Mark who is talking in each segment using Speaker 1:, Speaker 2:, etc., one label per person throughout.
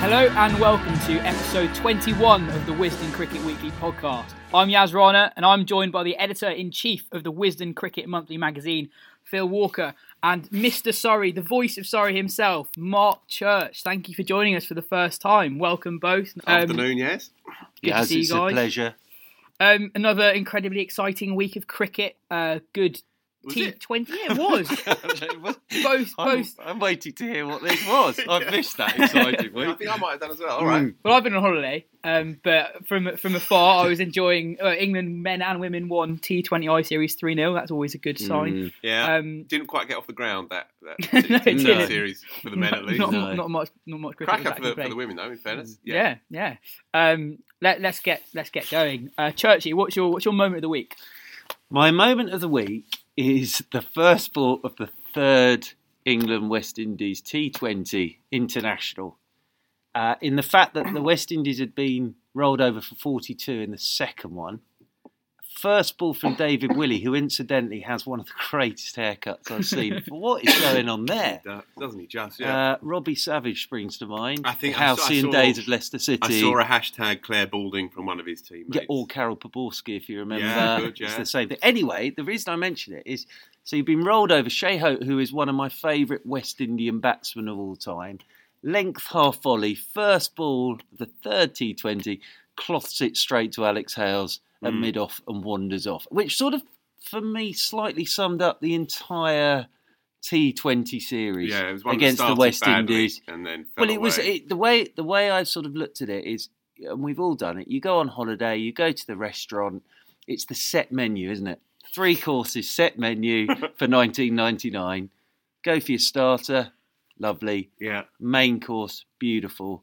Speaker 1: Hello and welcome to episode 21 of the Wisden Cricket Weekly podcast. I'm Yaz Rana and I'm joined by the editor in chief of the Wisden Cricket Monthly magazine, Phil Walker, and Mr. Surrey, the voice of Surrey himself, Mark Church. Thank you for joining us for the first time. Welcome both. Um,
Speaker 2: Afternoon, yes.
Speaker 1: Good to
Speaker 3: Yes,
Speaker 1: see you
Speaker 3: it's
Speaker 1: guys.
Speaker 3: a pleasure.
Speaker 1: Um, another incredibly exciting week of cricket. Uh, good
Speaker 3: it?
Speaker 1: T20. Yeah, it was. both,
Speaker 3: I'm,
Speaker 1: both.
Speaker 3: I'm waiting to hear what this was. I've missed that exciting
Speaker 2: I
Speaker 3: week.
Speaker 2: think I might have done as well. All
Speaker 3: Mm.
Speaker 2: right.
Speaker 1: Well, I've been on holiday, um, but from from afar, I was enjoying uh, England men and women won T20I Series 3 0. That's always a good
Speaker 3: Mm.
Speaker 1: sign.
Speaker 2: Yeah.
Speaker 1: Um,
Speaker 2: Didn't quite get off the ground that, that
Speaker 1: No,
Speaker 2: particular
Speaker 1: it didn't.
Speaker 2: series for the men at least.
Speaker 1: not,
Speaker 3: No.
Speaker 1: not much, not much cricket.
Speaker 2: Cracker
Speaker 1: was
Speaker 2: for
Speaker 1: actually
Speaker 2: the, for
Speaker 1: played.
Speaker 2: the women, though. In fairness,
Speaker 1: Yeah, yeah. Um, let, let's get let's get going. Uh, Churchy, what's your what's your moment of the week?
Speaker 3: My moment of the week is the first ball of the third England West Indies T20 International. Uh, in the fact that the West Indies had been rolled over for 42 in the second one, first ball from David Willey, who incidentally has one of the greatest haircuts I've seen. what is going on there?
Speaker 2: Uh, doesn't he just? Yeah.
Speaker 3: Uh, Robbie Savage springs to mind.
Speaker 2: I think I saw- I
Speaker 3: Halcyon
Speaker 2: saw-
Speaker 3: Days of Leicester City.
Speaker 2: I saw a hashtag Claire Balding from one of his teammates.
Speaker 3: Yeah, or Carol Poborski, if you remember.
Speaker 2: Yeah, good,
Speaker 3: It's
Speaker 2: yeah.
Speaker 3: the same thing. Anyway, the reason I mention it is so you've been rolled over Shea Hope, who is one of my favourite West Indian batsmen of all time. Length half volley, first ball, the third T20, cloths it straight to Alex Hales at
Speaker 2: Hmm.
Speaker 3: mid off and wanders off, which sort of, for me, slightly summed up the entire T20 series
Speaker 2: yeah, it was one that
Speaker 3: against the
Speaker 2: started
Speaker 3: West
Speaker 2: badly
Speaker 3: Indies
Speaker 2: and then. Fell
Speaker 3: well, it was
Speaker 2: away.
Speaker 3: it, the way the way I sort of looked at it is, and we've all done it. You go on holiday, you go to the restaurant. It's the set menu, isn't it? Three courses, set menu for nineteen ninety nine. Go for your starter, lovely.
Speaker 2: Yeah.
Speaker 3: Main course, beautiful.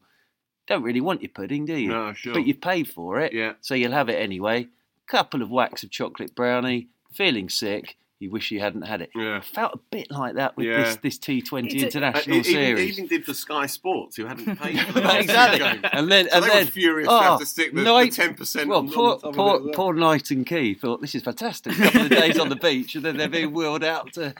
Speaker 3: Don't really want your pudding, do you?
Speaker 2: No, sure.
Speaker 3: But you paid for it,
Speaker 2: Yeah.
Speaker 3: so you'll have it anyway. Couple of whacks of chocolate brownie. Feeling sick, you wish you hadn't had it.
Speaker 2: Yeah.
Speaker 3: Felt a bit like that with
Speaker 2: Yeah.
Speaker 3: this this T Twenty
Speaker 1: It's a-
Speaker 2: Uh,
Speaker 3: international
Speaker 2: it, even,
Speaker 3: series.
Speaker 2: even did the Sky Sports, who hadn't paid for the
Speaker 3: Yeah,
Speaker 2: last
Speaker 3: exactly.
Speaker 2: game.
Speaker 3: And then,
Speaker 2: So
Speaker 3: and
Speaker 2: they were
Speaker 3: then, Oh,
Speaker 2: furious to have to stick the- the 10%
Speaker 3: Well,
Speaker 2: on- on
Speaker 3: poor,
Speaker 2: the top of
Speaker 3: poor,
Speaker 2: it as well.
Speaker 3: poor Knight and Key thought this is fantastic. A couple of days on the beach, and then they're being wheeled out to,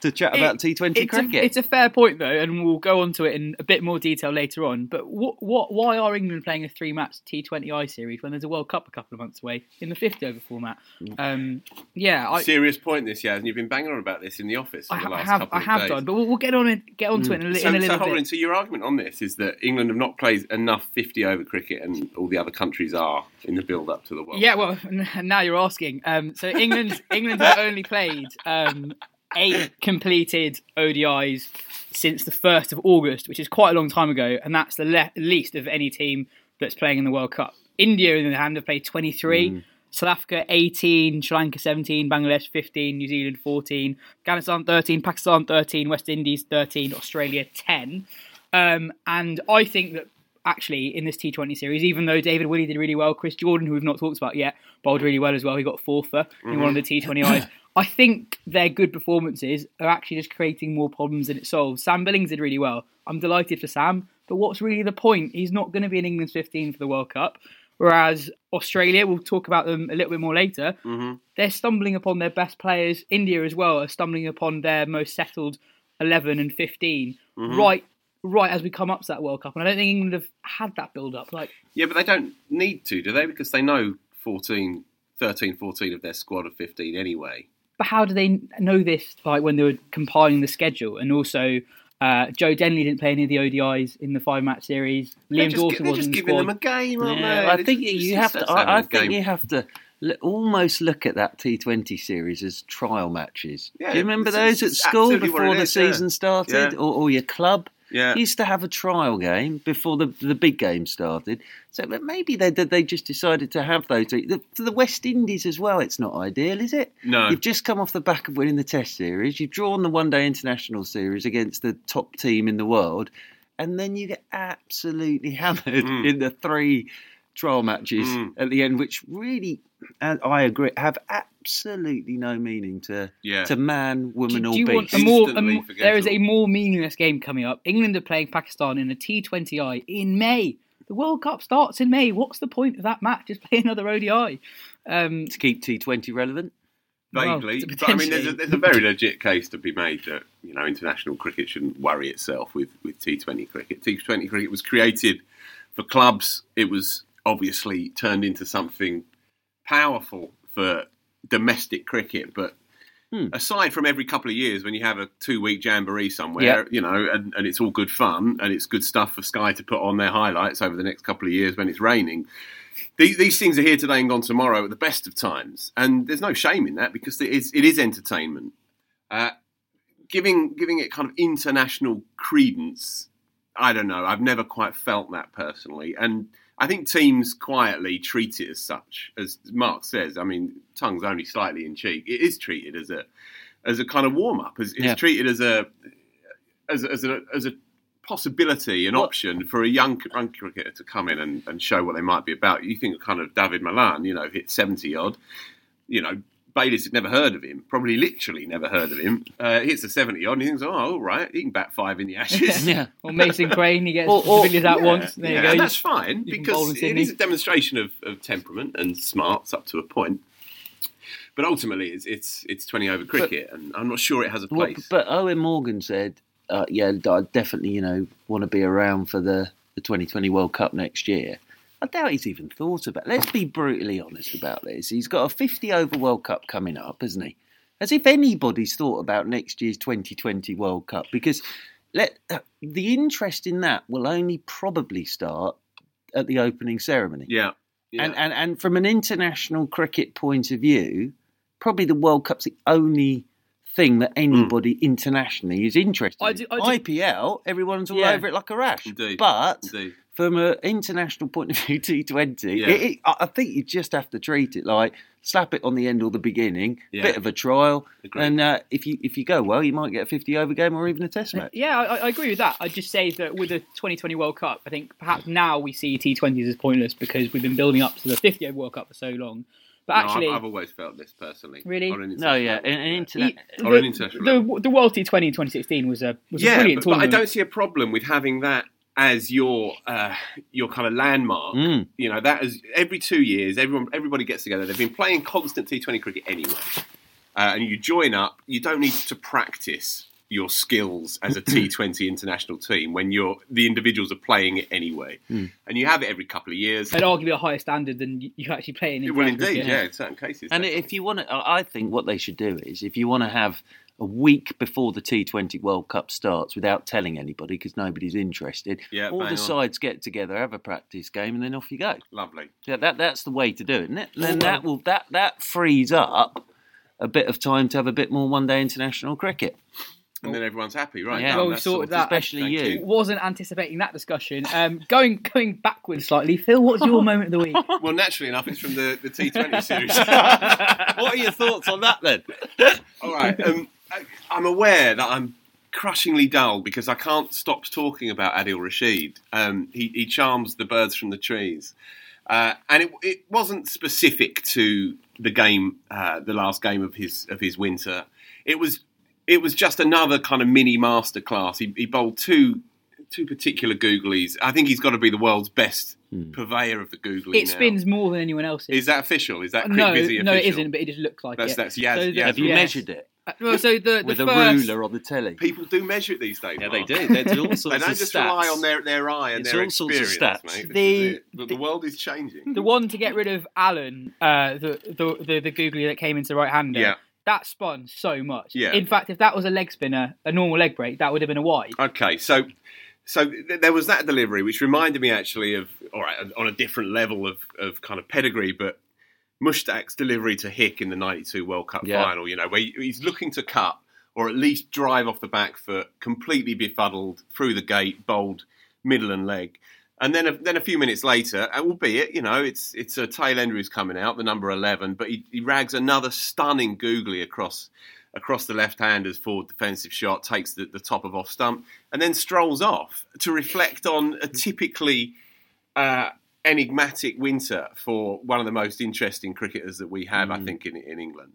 Speaker 3: to chat about
Speaker 1: It-
Speaker 3: T20
Speaker 1: it's
Speaker 3: cricket.
Speaker 1: A, it's a fair point though, and we'll go on to it in a bit more detail later on. But what, what, why are England playing a three-match T20I series when there's a World Cup a couple of months away in the 50-over format?
Speaker 3: Mm.
Speaker 1: Um, yeah, I,
Speaker 2: Serious point this, yeah, and you've been banging on about this in the office for
Speaker 1: I,
Speaker 2: the
Speaker 1: ha- I
Speaker 2: last
Speaker 1: have,
Speaker 2: couple
Speaker 1: I
Speaker 2: of
Speaker 1: have
Speaker 2: days.
Speaker 1: done, but we'll, we'll get on it, get
Speaker 3: Mm.
Speaker 1: onto it in a, li-
Speaker 2: So,
Speaker 1: in a
Speaker 2: so
Speaker 1: little
Speaker 2: hold
Speaker 1: bit.
Speaker 2: on. So your argument on this is that England have not played enough 50 over cricket, and all the other countries are in the build up to the World.
Speaker 1: Yeah, well, n- now you're asking. Um, so England, England have only played um, eight completed ODIs since the first of August, which is quite a long time ago, and that's the le- least of any team that's playing in the World Cup. India, on the other hand, have played 23. South Africa 18, Sri Lanka 17, Bangladesh 15, New Zealand 14, Afghanistan 13, Pakistan 13, West Indies 13, Australia 10. Um, and I think that actually in this T20 series, even though David Willey did really well, Chris Jordan, who we've not talked about yet, bowled really well as well. He got fourth for in one of the T20Is. I think their good performances are actually just creating more problems than it solves. Sam Billings did really well. I'm delighted for Sam, but what's really the point? He's not going to be in England's 15 for the World Cup. Whereas Australia, we'll talk about them a little bit more later, they're stumbling upon their best players. India as well are stumbling upon their most settled 11 and 15
Speaker 3: Mm-hmm.
Speaker 1: right right as we come up to that World Cup. And I don't think England have had that build up. Like,
Speaker 3: Yeah, but they don't need to, do they? Because they know 14, 13, 14 of their squad of 15 anyway.
Speaker 1: but how do they know this? Like when they were compiling the schedule, and also uh, Joe Denley didn't play any of the ODIs in the five match series.
Speaker 3: They're
Speaker 1: Liam
Speaker 3: just,
Speaker 1: Dawson
Speaker 3: they're
Speaker 1: wasn't in
Speaker 3: just
Speaker 1: the
Speaker 3: giving
Speaker 1: squad.
Speaker 3: them a game, aren't
Speaker 2: Yeah,
Speaker 3: they?
Speaker 2: I
Speaker 3: They're
Speaker 2: think
Speaker 3: just-
Speaker 2: you
Speaker 3: it's
Speaker 2: have
Speaker 3: just
Speaker 2: to. I, I
Speaker 3: having a
Speaker 2: think
Speaker 3: game.
Speaker 2: you have to l- almost look at that T20 series as trial matches.
Speaker 3: Yeah,
Speaker 2: Do you remember
Speaker 3: it's-
Speaker 2: those at
Speaker 3: it's
Speaker 2: school
Speaker 3: absolutely what
Speaker 2: before
Speaker 3: it
Speaker 2: the
Speaker 3: is, yeah.
Speaker 2: season started,
Speaker 3: Yeah.
Speaker 2: or, or your club?
Speaker 3: Yeah.
Speaker 2: You used to have a trial game before the the big game started. So but maybe they they- they just decided to have those. The, for the West Indies as well, it's not ideal, is it?
Speaker 3: No.
Speaker 2: You've just come off the back of winning the Test series. You've drawn the One Day International series against the top team in the world, and then you get absolutely hammered
Speaker 3: Hmm.
Speaker 2: in the three trial matches at the end, which really, and I agree, have absolutely no meaning to
Speaker 3: Yeah.
Speaker 2: to man, woman,
Speaker 1: Do
Speaker 2: or
Speaker 1: you want
Speaker 2: beast.
Speaker 1: a more? a
Speaker 3: Instantly
Speaker 1: mo- there is a
Speaker 3: forgettable.
Speaker 1: more meaningless game coming up. England are playing Pakistan in a T20I in May. The World Cup starts in May. What's the point of that match? Just play another ODI. Um,
Speaker 2: to keep T20 relevant.
Speaker 3: Vaguely,
Speaker 1: Well,
Speaker 3: but I mean, there's a,
Speaker 1: potentially.
Speaker 3: there's a very legit case to be made that you know international cricket shouldn't worry itself with with T20 cricket. T20 cricket was created for clubs. It was obviously turned into something powerful for domestic cricket, but.
Speaker 1: Hmm.
Speaker 3: Aside from every couple of years when you have a two week jamboree somewhere,
Speaker 2: Yeah.
Speaker 3: you know, and, and it's all good fun and it's good stuff for Sky to put on their highlights over the next couple of years when it's raining, these, these things are here today and gone tomorrow at the best of times, and there's no shame in that because it is it is entertainment. Uh, giving giving it kind of international credence, I don't know. I've never quite felt that personally, and I think teams quietly treat it as such. As Mark says, I mean, tongue's only slightly in cheek. It is treated as a as a kind of warm up. It's, it's
Speaker 2: Yeah.
Speaker 3: treated as a as a, as a as a possibility, an option for a young, young cricketer to come in and, and show what they might be about. You think of kind of David Milan, you know, hit seventy odd. You know, Bayliss had never heard of him, probably literally never heard of him. Uh, hits a seventy odd, and he thinks, oh, all right, he can bat five in the Ashes.
Speaker 2: Yeah.
Speaker 1: or Mason Crane, he gets
Speaker 2: Or- or-
Speaker 1: civilians out
Speaker 3: Yeah,
Speaker 1: once. There
Speaker 3: yeah,
Speaker 1: you go.
Speaker 3: and
Speaker 1: You
Speaker 3: that's fine
Speaker 1: you can bowl in
Speaker 3: because it
Speaker 1: Sydney.
Speaker 3: is a demonstration of, of temperament and smarts up to a point. But ultimately, it's it's, it's twenty over cricket, and I'm not sure it has a
Speaker 2: Well,
Speaker 3: place.
Speaker 2: but Owen Morgan said, uh, "Yeah, I definitely, you know, want to be around for the the 2020 World Cup next year." I doubt he's even thought about. Let's be brutally honest about this. He's got a 50 over World Cup coming up, isn't he? As if anybody's thought about next year's 2020 World Cup, because let uh, the interest in that will only probably start at the opening ceremony.
Speaker 3: yeah, yeah.
Speaker 2: And, and and from an international cricket point of view, probably the World Cup's the only thing that
Speaker 3: Hmm.
Speaker 2: anybody internationally is interested
Speaker 1: I
Speaker 2: in.
Speaker 1: do- I
Speaker 2: IPL, everyone's all
Speaker 1: Yeah.
Speaker 2: over it like a rash.
Speaker 3: Indeed.
Speaker 2: But
Speaker 3: Indeed.
Speaker 2: from an international point of view, T20,
Speaker 3: Yeah.
Speaker 2: it, it, I I think you just have to treat it like slap it on the end or the beginning,
Speaker 3: Yeah.
Speaker 2: bit of a trial,
Speaker 3: Agreed.
Speaker 2: and uh, if you if you go well, you might get a 50 over game or even a test match.
Speaker 1: Yeah, I, I agree with that. I'd just say that with the 2020 World Cup, I think perhaps now we see T20s as pointless because we've been building up to the 50th World Cup for so long. But
Speaker 3: No,
Speaker 1: actually,
Speaker 3: I've, I've always felt this personally.
Speaker 1: Really?
Speaker 3: On an
Speaker 2: No, yeah,
Speaker 3: international
Speaker 2: an,
Speaker 1: the,
Speaker 2: an interna-
Speaker 3: level. Or an international
Speaker 1: the, the World T20 2016 was a, was a
Speaker 3: yeah,
Speaker 1: brilliant
Speaker 3: but, but I
Speaker 1: tournament.
Speaker 3: don't see a problem with having that as your uh, your kind of landmark.
Speaker 1: Mm.
Speaker 3: You know, that is every two years, everyone everybody gets together. They've been playing constant T20 cricket anyway, uh, and you join up. You don't need to practice your skills as a T20 international team when you're the individuals are playing it anyway,
Speaker 1: Hmm.
Speaker 3: and you have it every couple of years.
Speaker 1: At arguably a higher standard than you- you actually play in.
Speaker 3: Well,
Speaker 1: international
Speaker 3: indeed,
Speaker 1: cricket.
Speaker 3: yeah, in certain cases.
Speaker 2: And
Speaker 3: definitely.
Speaker 2: if you want to, I I think what they should do is if you want to have a week before the T20 World Cup starts without telling anybody because nobody's interested,
Speaker 3: Yeah,
Speaker 2: all
Speaker 3: bang
Speaker 2: the
Speaker 3: on.
Speaker 2: sides get together, have a practice game, and then off you go.
Speaker 3: lovely.
Speaker 2: Yeah, that that's the way to do it. Isn't it? Then that will that that frees up a bit of time to have a bit more one day international cricket.
Speaker 3: And then everyone's happy, right?
Speaker 2: Yeah.
Speaker 3: done,
Speaker 2: Well,
Speaker 1: we've
Speaker 3: that's
Speaker 1: sorted
Speaker 3: sorted.
Speaker 1: that.
Speaker 2: Especially
Speaker 3: Thank
Speaker 2: you.
Speaker 1: Wasn't anticipating that discussion. Um, going going backwards slightly, Phil. What's your moment of the week?
Speaker 3: Well, naturally enough, it's from the, the T20 series.
Speaker 2: What are your thoughts on that then?
Speaker 3: All right. Um, I, I'm aware that I'm crushingly dull because I can't stop talking about Adil Rashid. Um, he, he charms the birds from the trees. Uh, and it, it wasn't specific to the game, uh, the last game of his of his winter. It was it was just another kind of mini masterclass. He, he bowled two two particular googlies. I think he's got to be the world's best purveyor of the googly.
Speaker 1: It
Speaker 3: now.
Speaker 1: spins more than anyone else's.
Speaker 3: Is that official? Is that Crick
Speaker 1: no,
Speaker 3: Vizzy
Speaker 1: no, it
Speaker 3: official?
Speaker 1: isn't. But it just looks like
Speaker 3: That's-
Speaker 1: it.
Speaker 3: that's Yaz-
Speaker 1: the-
Speaker 3: Yaz
Speaker 2: Have you
Speaker 3: Yes.
Speaker 2: measured it
Speaker 1: Uh, Well, so the, the
Speaker 2: with
Speaker 1: first-
Speaker 2: a ruler on the telly?
Speaker 3: People do measure it these days.
Speaker 2: Yeah, they
Speaker 3: Mark.
Speaker 2: do. They do all sorts
Speaker 3: They don't
Speaker 2: of
Speaker 3: just
Speaker 2: stats.
Speaker 3: rely on their, their eye and
Speaker 2: It's
Speaker 3: their
Speaker 2: all sorts of
Speaker 3: experience,
Speaker 2: stats.
Speaker 3: mate. This
Speaker 1: The-
Speaker 3: is it. But the world is changing.
Speaker 1: the one to get rid of Allen, uh, the, the the the googly that came into right hander.
Speaker 3: Yeah.
Speaker 1: That spun so much.
Speaker 3: Yeah.
Speaker 1: In fact, if that was a leg spinner, a normal leg break, that would have been a wide.
Speaker 3: Okay, so so th- there was that delivery, which reminded me actually of all right on a different level of, of kind of pedigree, but Mushtaq's delivery to Hick in the '92 World Cup
Speaker 2: Yeah.
Speaker 3: final. You know, where he's looking to cut or at least drive off the back foot, completely befuddled through the gate, bowled middle and leg. And then, a, then a few minutes later, and albeit you know it's it's a tail ender who's coming out, the number eleven, but he, he rags another stunning googly across across the left hander's forward defensive shot, takes the, the top of off stump, and then strolls off to reflect on a typically uh, enigmatic winter for one of the most interesting cricketers that we have, I think, in, in England.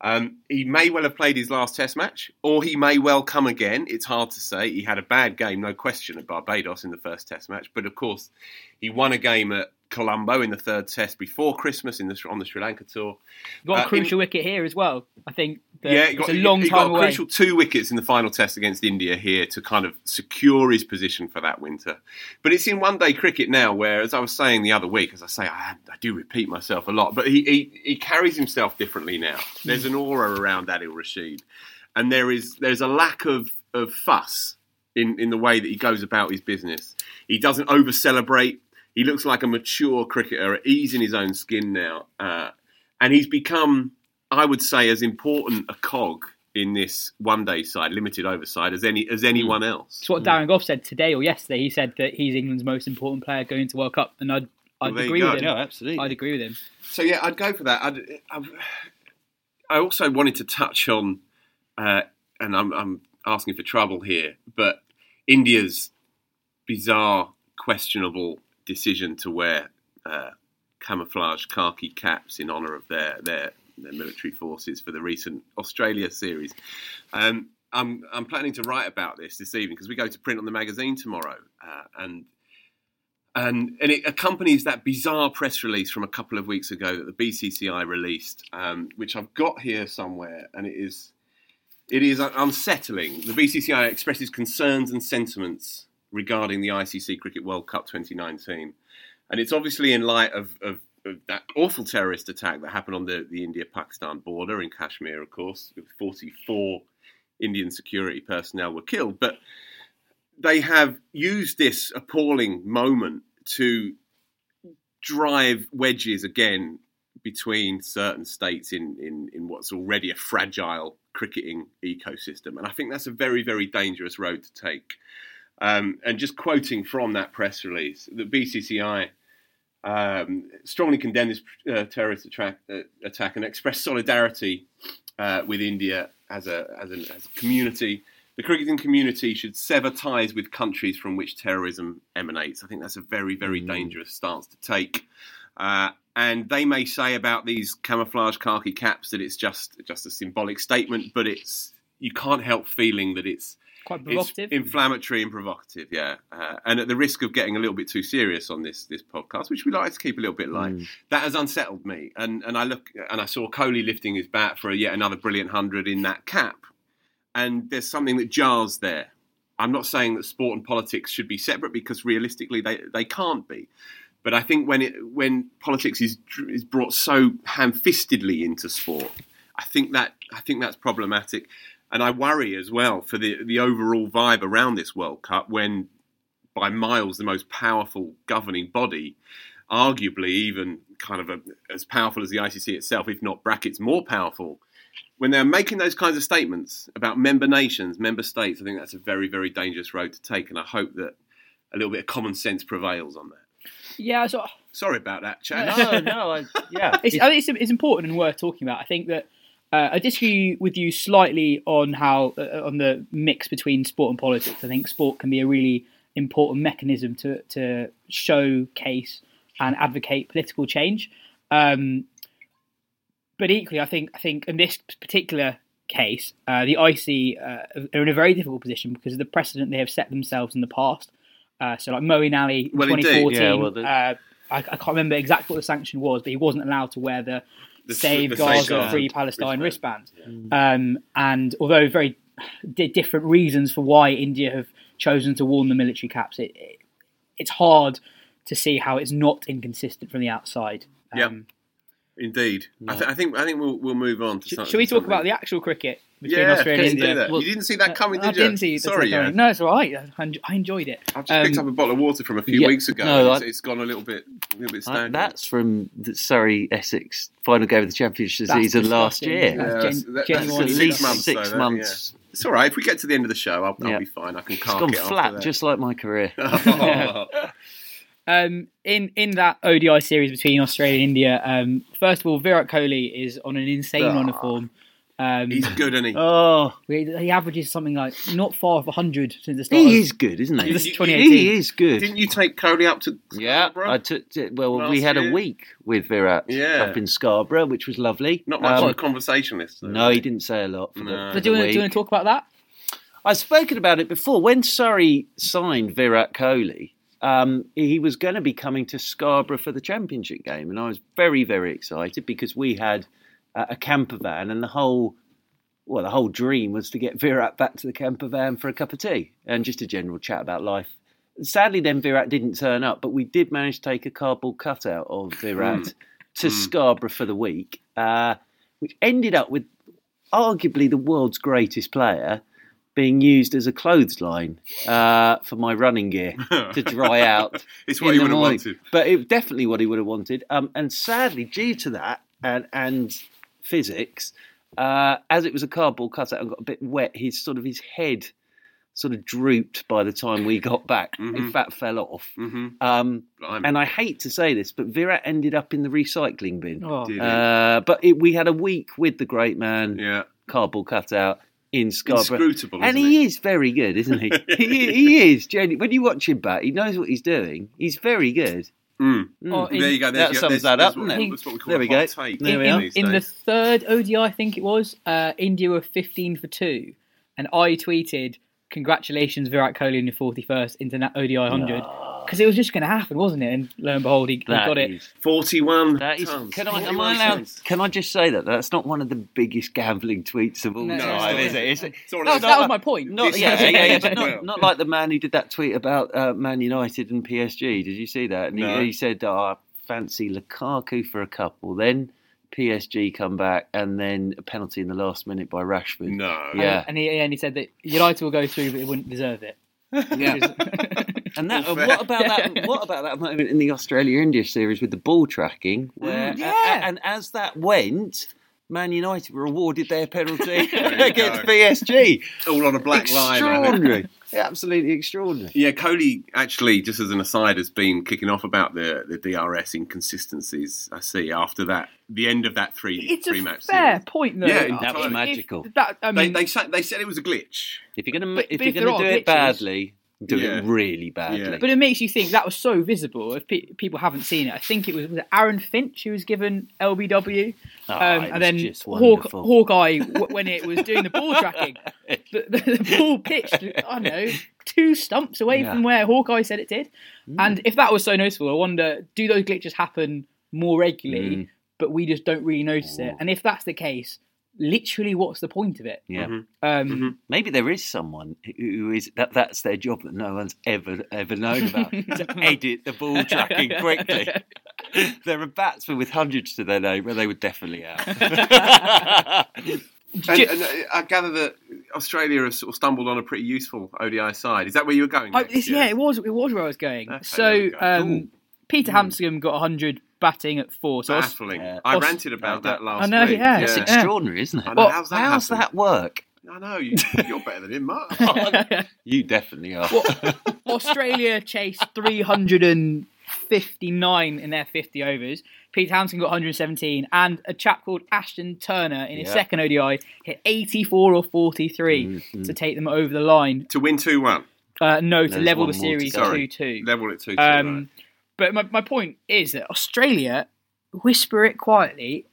Speaker 3: Um, he may well have played his last Test match, or he may well come again. It's hard to say. He had a bad game, no question, at Barbados in the first Test match, but of course, he won a game at Colombo in the third Test before Christmas in the, on the Sri Lanka tour.
Speaker 1: Got
Speaker 3: Uh,
Speaker 1: a
Speaker 3: in-
Speaker 1: crucial wicket here as well. I think. that
Speaker 3: yeah, he
Speaker 1: it's
Speaker 3: got,
Speaker 1: a long
Speaker 3: he
Speaker 1: time
Speaker 3: got a
Speaker 1: away.
Speaker 3: crucial two wickets in the final test against India here to kind of secure his position for that winter. But it's in one day cricket now where, as I was saying the other week, as I say, I, I do repeat myself a lot, but he, he, he carries himself differently now. There's
Speaker 1: Hmm.
Speaker 3: an aura around Adil Rashid, and there is there's a lack of, of fuss in, in the way that he goes about his business. He doesn't over celebrate. He looks like a mature cricketer, at ease in his own skin now. Uh, and he's become, I would say, as important a cog in this one day side, limited oversight, as any as anyone else.
Speaker 1: Hmm. It's what Darren Goff said today or yesterday. He said that he's England's most important player going to World Cup, and I'd I'd
Speaker 3: Well, there you
Speaker 1: agree
Speaker 3: go.
Speaker 1: with him.
Speaker 2: No, Oh, absolutely.
Speaker 1: I'd agree with him.
Speaker 3: So, yeah, I'd go for that. I'd, i I also wanted to touch on, uh, and I'm, I'm asking for trouble here, but India's bizarre, questionable decision to wear uh, camouflage khaki caps in honour of their, their their military forces for the recent Australia series. Um, I'm I'm planning to write about this this evening because we go to print on the magazine tomorrow, uh, and and and it accompanies that bizarre press release from a couple of weeks ago that the BCCI released, um, which I've got here somewhere, and it is. It is unsettling. The BCCI expresses concerns and sentiments regarding the ICC Cricket World Cup 2019. And it's obviously in light of, of, of that awful terrorist attack that happened on the, the India Pakistan border in Kashmir, of course, with 44 Indian security personnel were killed. But they have used this appalling moment to drive wedges again between certain states in, in, in what's already a fragile cricketing ecosystem. And I think that's a very, very dangerous road to take. Um, and just quoting from that press release, the BCCI um, strongly condemned this uh, terrorist attack, uh, attack and expressed solidarity uh, with India as a, as, a, as a community. The cricketing community should sever ties with countries from which terrorism emanates. I think that's a very, very dangerous stance to take. Uh, and they may say about these camouflage khaki caps that it's just just a symbolic statement, but it's you can't help feeling that it's
Speaker 1: Quite
Speaker 3: it's
Speaker 1: provocative.
Speaker 3: inflammatory and provocative, yeah. Uh, and at the risk of getting a little bit too serious on this this podcast, which we like to keep a little bit light, that has unsettled me. And and I look and I saw Coley lifting his bat for yet another brilliant hundred in that cap, and there's something that jars there. I'm not saying that sport and politics should be separate because realistically they they can't be. But I think when it when politics is dr- is brought so ham-fistedly into sport, I think that I think that's problematic, and I worry as well for the the overall vibe around this World Cup when, by miles, the most powerful governing body, arguably even kind of a, as powerful as the ICC itself, if not brackets more powerful, when they're making those kinds of statements about member nations, member states, I think that's a very very dangerous road to take, and I hope that a little bit of common sense prevails on that.
Speaker 1: Yeah, so
Speaker 3: Sorry about that, Chad.
Speaker 2: No, no, I, yeah.
Speaker 1: it's, I think it's, it's important and worth talking about. I think that Uh, I disagree with you slightly on how uh, on the mix between sport and politics. I think sport can be a really important mechanism to to showcase and advocate political change. Um, but equally, I think I think in this particular case, uh, the IC uh, are in a very difficult position because of the precedent they have set themselves in the past. Uh, so, like Moeen Ali,
Speaker 3: Well, indeed.
Speaker 1: 2014,
Speaker 2: Yeah, well, the-
Speaker 1: uh, I, I can't remember exactly what the sanction was, but he wasn't allowed to wear the,
Speaker 3: The s-
Speaker 1: Save
Speaker 3: the
Speaker 1: Gaza
Speaker 3: safeguard
Speaker 1: Free Palestine
Speaker 3: wristband.
Speaker 1: wristband. Um, and although very di- different reasons for why India have chosen to warn the military caps, it, it it's hard to see how it's not inconsistent from the outside.
Speaker 3: Yeah. Indeed, I, th- I think I think we'll we'll move on. To
Speaker 1: Sh-
Speaker 3: something-
Speaker 1: Shall we talk
Speaker 3: something.
Speaker 1: about the actual cricket between
Speaker 3: Yeah,
Speaker 1: Australia
Speaker 3: please
Speaker 1: and
Speaker 3: do
Speaker 1: India? Oh,
Speaker 3: that. you didn't see
Speaker 2: Uh,
Speaker 3: that coming,
Speaker 1: I
Speaker 3: did you?
Speaker 1: didn't see it.
Speaker 3: Sorry,
Speaker 1: Sorry,
Speaker 3: Jan.
Speaker 1: no, it's all right. I en- I enjoyed it. Um,
Speaker 3: I've just picked up a bottle of water from a few
Speaker 2: Um, yeah,
Speaker 3: weeks ago.
Speaker 2: no,
Speaker 3: and it's,
Speaker 2: I-
Speaker 3: it's gone a little bit, a little bit
Speaker 2: Uh,
Speaker 3: stagnant.
Speaker 2: that's from the Surrey Essex final game of the championship season last
Speaker 1: disgusting.
Speaker 2: year.
Speaker 1: Yeah.
Speaker 3: Yeah,
Speaker 1: Gen-
Speaker 3: that's- that- that's
Speaker 2: It's
Speaker 1: genuinely
Speaker 2: at least
Speaker 3: months, though,
Speaker 2: six
Speaker 3: that, yeah.
Speaker 2: months.
Speaker 3: It's all right. If we get to the end of the show, I'll, I'll
Speaker 2: Yeah.
Speaker 3: be fine. I can
Speaker 2: It's
Speaker 3: cark
Speaker 2: gone
Speaker 3: it after
Speaker 2: flat,
Speaker 3: that.
Speaker 2: just like my career.
Speaker 1: Um, in in that ODI series between Australia and India, um, first of all, Virat Kohli is on an insane run
Speaker 3: Ah.
Speaker 1: of form. Um,
Speaker 3: He's good, isn't he?
Speaker 2: Oh,
Speaker 1: he, he averages something like not far off hundred since the start.
Speaker 2: he
Speaker 1: of-
Speaker 2: is good, isn't he?
Speaker 1: This is
Speaker 2: He
Speaker 1: 2018.
Speaker 2: is good.
Speaker 3: Didn't you take Coley up to?
Speaker 2: Yeah,
Speaker 3: Scarborough?
Speaker 2: I took. t- Well, we
Speaker 3: Last
Speaker 2: had a
Speaker 3: year?
Speaker 2: week with Virat
Speaker 3: Yeah.
Speaker 2: up in Scarborough, which was lovely.
Speaker 3: Not much
Speaker 2: Um,
Speaker 3: of a conversationalist. though.
Speaker 2: no, he didn't say a lot. For the,
Speaker 3: No.
Speaker 2: for
Speaker 1: But
Speaker 2: the
Speaker 1: do you, want,
Speaker 2: week.
Speaker 1: do you want to talk about that?
Speaker 2: I've spoken about it before. When Surrey signed Virat Kohli, um, he was going to be coming to Scarborough for the championship game, and I was very, very excited because we had uh, a camper van, and the whole well, the whole dream was to get Virat back to the camper van for a cup of tea and just a general chat about life. Sadly, then Virat didn't turn up, but we did manage to take a cardboard cutout of
Speaker 3: Hmm.
Speaker 2: Virat to Scarborough for the week, uh, which ended up with arguably the world's greatest player being used as a clothesline uh, for my running gear to dry out.
Speaker 3: It's what
Speaker 2: in
Speaker 3: he
Speaker 2: the
Speaker 3: would have
Speaker 2: morning.
Speaker 3: wanted.
Speaker 2: But it definitely what he would have wanted. Um, and sadly, due to that and, and physics, uh, as it was a cardboard cutout and got a bit wet, his sort of his head sort of drooped by the time we got back. In fact, fell off. Um,
Speaker 3: Mm-hmm. Blimey.
Speaker 2: and I hate to say this, but Virat ended up in the recycling bin.
Speaker 1: Oh.
Speaker 3: Did he?
Speaker 2: Uh, but it, we had a week with the great man
Speaker 3: yeah.
Speaker 2: cardboard cutout in Scarborough.
Speaker 3: Inscrutable,
Speaker 2: and
Speaker 3: isn't
Speaker 2: he
Speaker 3: he?
Speaker 2: is very good, isn't he? he, he is. Genuinely, when you watch him back, he knows what he's doing. He's very good.
Speaker 3: Mm.
Speaker 1: Or in,
Speaker 3: There you
Speaker 2: Oh,
Speaker 3: go. There's
Speaker 2: that
Speaker 3: your-
Speaker 2: sums
Speaker 3: there's-
Speaker 2: that
Speaker 3: there's
Speaker 2: up,
Speaker 3: what-
Speaker 2: doesn't it?
Speaker 3: That's what we call
Speaker 2: There
Speaker 3: a
Speaker 2: we
Speaker 3: hot
Speaker 2: go.
Speaker 3: take.
Speaker 2: There we
Speaker 1: in-
Speaker 2: are.
Speaker 3: these
Speaker 1: in the
Speaker 3: days.
Speaker 1: third ODI, I think it was, uh, India were 15 for two, and I tweeted, "Congratulations, Virat Kohli, on your 41st interna- ODI 100," because it was just going to happen, wasn't it? And lo and behold, he, he
Speaker 2: That
Speaker 1: got it.
Speaker 2: is-
Speaker 3: Forty-one.
Speaker 2: That is.
Speaker 3: tons.
Speaker 2: Can I? Am
Speaker 3: 41
Speaker 2: I allowed?
Speaker 3: tons.
Speaker 2: Can I just say that that's not one of the biggest gambling tweets of all
Speaker 1: No,
Speaker 2: time,
Speaker 3: it's
Speaker 2: is
Speaker 3: not.
Speaker 2: it? Is it?
Speaker 3: It's all
Speaker 2: No, not
Speaker 3: right.
Speaker 1: That was
Speaker 2: like-
Speaker 1: my point.
Speaker 2: Not,
Speaker 3: This
Speaker 2: yeah,
Speaker 3: is-
Speaker 2: yeah, yeah, but
Speaker 3: Well.
Speaker 2: not, not like the man who did that tweet about uh, Man United and PSG. Did you see that? And
Speaker 3: No.
Speaker 2: he, he said, oh, I fancy Lukaku for a couple. Then PSG come back, and then a penalty in the last minute by Rashford.
Speaker 3: No.
Speaker 1: And-
Speaker 2: Yeah.
Speaker 1: And he, and he said that United will go through, but it wouldn't deserve it.
Speaker 2: Yeah. and that, and what about that? What about that moment in the Australia India series with the ball tracking? Where, uh,
Speaker 1: Yeah.
Speaker 2: a- a- and as that went, Man United were awarded their penalty
Speaker 3: you
Speaker 2: against
Speaker 3: go.
Speaker 2: PSG.
Speaker 3: All on a black line. I think.
Speaker 2: extraordinary, absolutely extraordinary.
Speaker 3: Yeah, Coley actually, just as an aside, has been kicking off about the, the DRS inconsistencies. I see after that, the end of that three
Speaker 1: It's
Speaker 3: three
Speaker 1: a
Speaker 3: match
Speaker 1: fair
Speaker 3: series.
Speaker 1: point, though.
Speaker 3: Yeah,
Speaker 1: If-
Speaker 3: that was
Speaker 1: if-
Speaker 2: magical.
Speaker 1: that, I
Speaker 3: They,
Speaker 1: mean,
Speaker 3: they, sa- they said it was a glitch.
Speaker 2: If you're gonna,
Speaker 1: But-
Speaker 2: if
Speaker 1: but if
Speaker 2: you're
Speaker 1: there
Speaker 2: gonna
Speaker 1: are
Speaker 2: do it
Speaker 1: glitches-
Speaker 2: badly, do
Speaker 3: Yeah.
Speaker 2: it really badly.
Speaker 3: Yeah.
Speaker 1: But it makes you think that was so visible. If pe- people haven't seen it, I think it was, was it Aaron Finch who was given LBW,
Speaker 2: Ah, it
Speaker 1: Um,
Speaker 2: was
Speaker 1: and then
Speaker 2: just
Speaker 1: Hawk,
Speaker 2: wonderful.
Speaker 1: Hawkeye w- when it was doing the ball tracking. The, the, the ball pitched, I don't know, two stumps away
Speaker 2: Yeah. Hmm.
Speaker 1: from where Hawkeye said it did. And if that was so noticeable, I wonder do those glitches happen more regularly,
Speaker 2: Hmm.
Speaker 1: but we just don't really notice it? And if that's the case, literally, what's the point of it?
Speaker 2: Yeah.
Speaker 3: Mm-hmm.
Speaker 1: Um,
Speaker 2: Maybe there is someone who is that that's their job that no one's ever ever known about to edit the ball tracking quickly. there are batsmen with hundreds to their name where they were definitely out.
Speaker 3: And, and uh, I gather that Australia has sort of stumbled on a pretty useful ODI side. Is that where you were going?
Speaker 1: I,
Speaker 3: next?
Speaker 1: Oh, it's- yeah. it was. It was where I was going.
Speaker 3: Okay, there
Speaker 1: so
Speaker 3: we go.
Speaker 1: um, Peter Hampscombe got 100 batting at four. So I was-
Speaker 3: baffling. I
Speaker 1: Aus-
Speaker 3: ranted about that last
Speaker 1: I know,
Speaker 3: week.
Speaker 1: yeah.
Speaker 2: It's
Speaker 1: Yeah.
Speaker 2: extraordinary, isn't
Speaker 3: I
Speaker 2: it?
Speaker 3: know, Well, how's that
Speaker 2: how's
Speaker 3: happen?
Speaker 2: that work?
Speaker 3: I know you, you're better than him, Mark.
Speaker 2: You definitely are.
Speaker 1: Australia chased 359 in their 50 overs. Pete Townsend got 117, and a chap called Ashton Turner in his second ODI hit 84 or 43 to take them over the line.
Speaker 3: to win two one.
Speaker 1: Uh, no, to
Speaker 2: There's
Speaker 1: level the
Speaker 2: one more to
Speaker 1: series
Speaker 2: go.
Speaker 3: Sorry,
Speaker 1: 2 2.
Speaker 3: level it two two.
Speaker 1: Um, but my, my point is that Australia, whisper it quietly,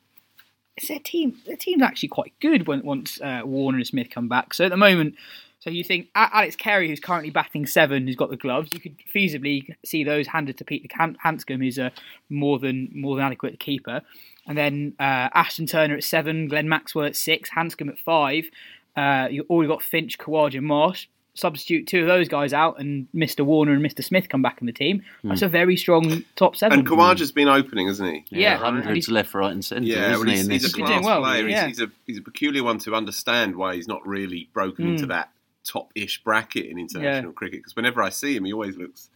Speaker 1: it's their team. Their team's actually quite good when, once uh, Warner and Smith come back. So at the moment, so you think A- Alex Carey, who's currently batting seven, who's got the gloves, you could feasibly see those handed to Peter Cam- Hanscom, who's a more than more than adequate keeper, and then uh, Ashton Turner at seven, Glenn Maxwell at six, Hanscom at five. Uh, you already got Finch, Kawaja, Marsh. Substitute two of those guys out, and Mr. Warner and Mr. Smith come back in the team. That's a very strong top seven.
Speaker 3: and Kawaja's been opening, hasn't he?
Speaker 1: yeah, and he's-
Speaker 2: hundreds left, right, and centre, isn't
Speaker 3: Yeah, well,
Speaker 2: he?
Speaker 3: he's,
Speaker 2: in
Speaker 3: he's
Speaker 2: this?
Speaker 3: a
Speaker 1: He's
Speaker 3: class
Speaker 1: doing well,
Speaker 3: player.
Speaker 1: yeah.
Speaker 3: He's, he's, a, he's a peculiar one to understand why he's not really broken
Speaker 1: Mm.
Speaker 3: into that top-ish bracket in international cricket. Because whenever I see him, he always looks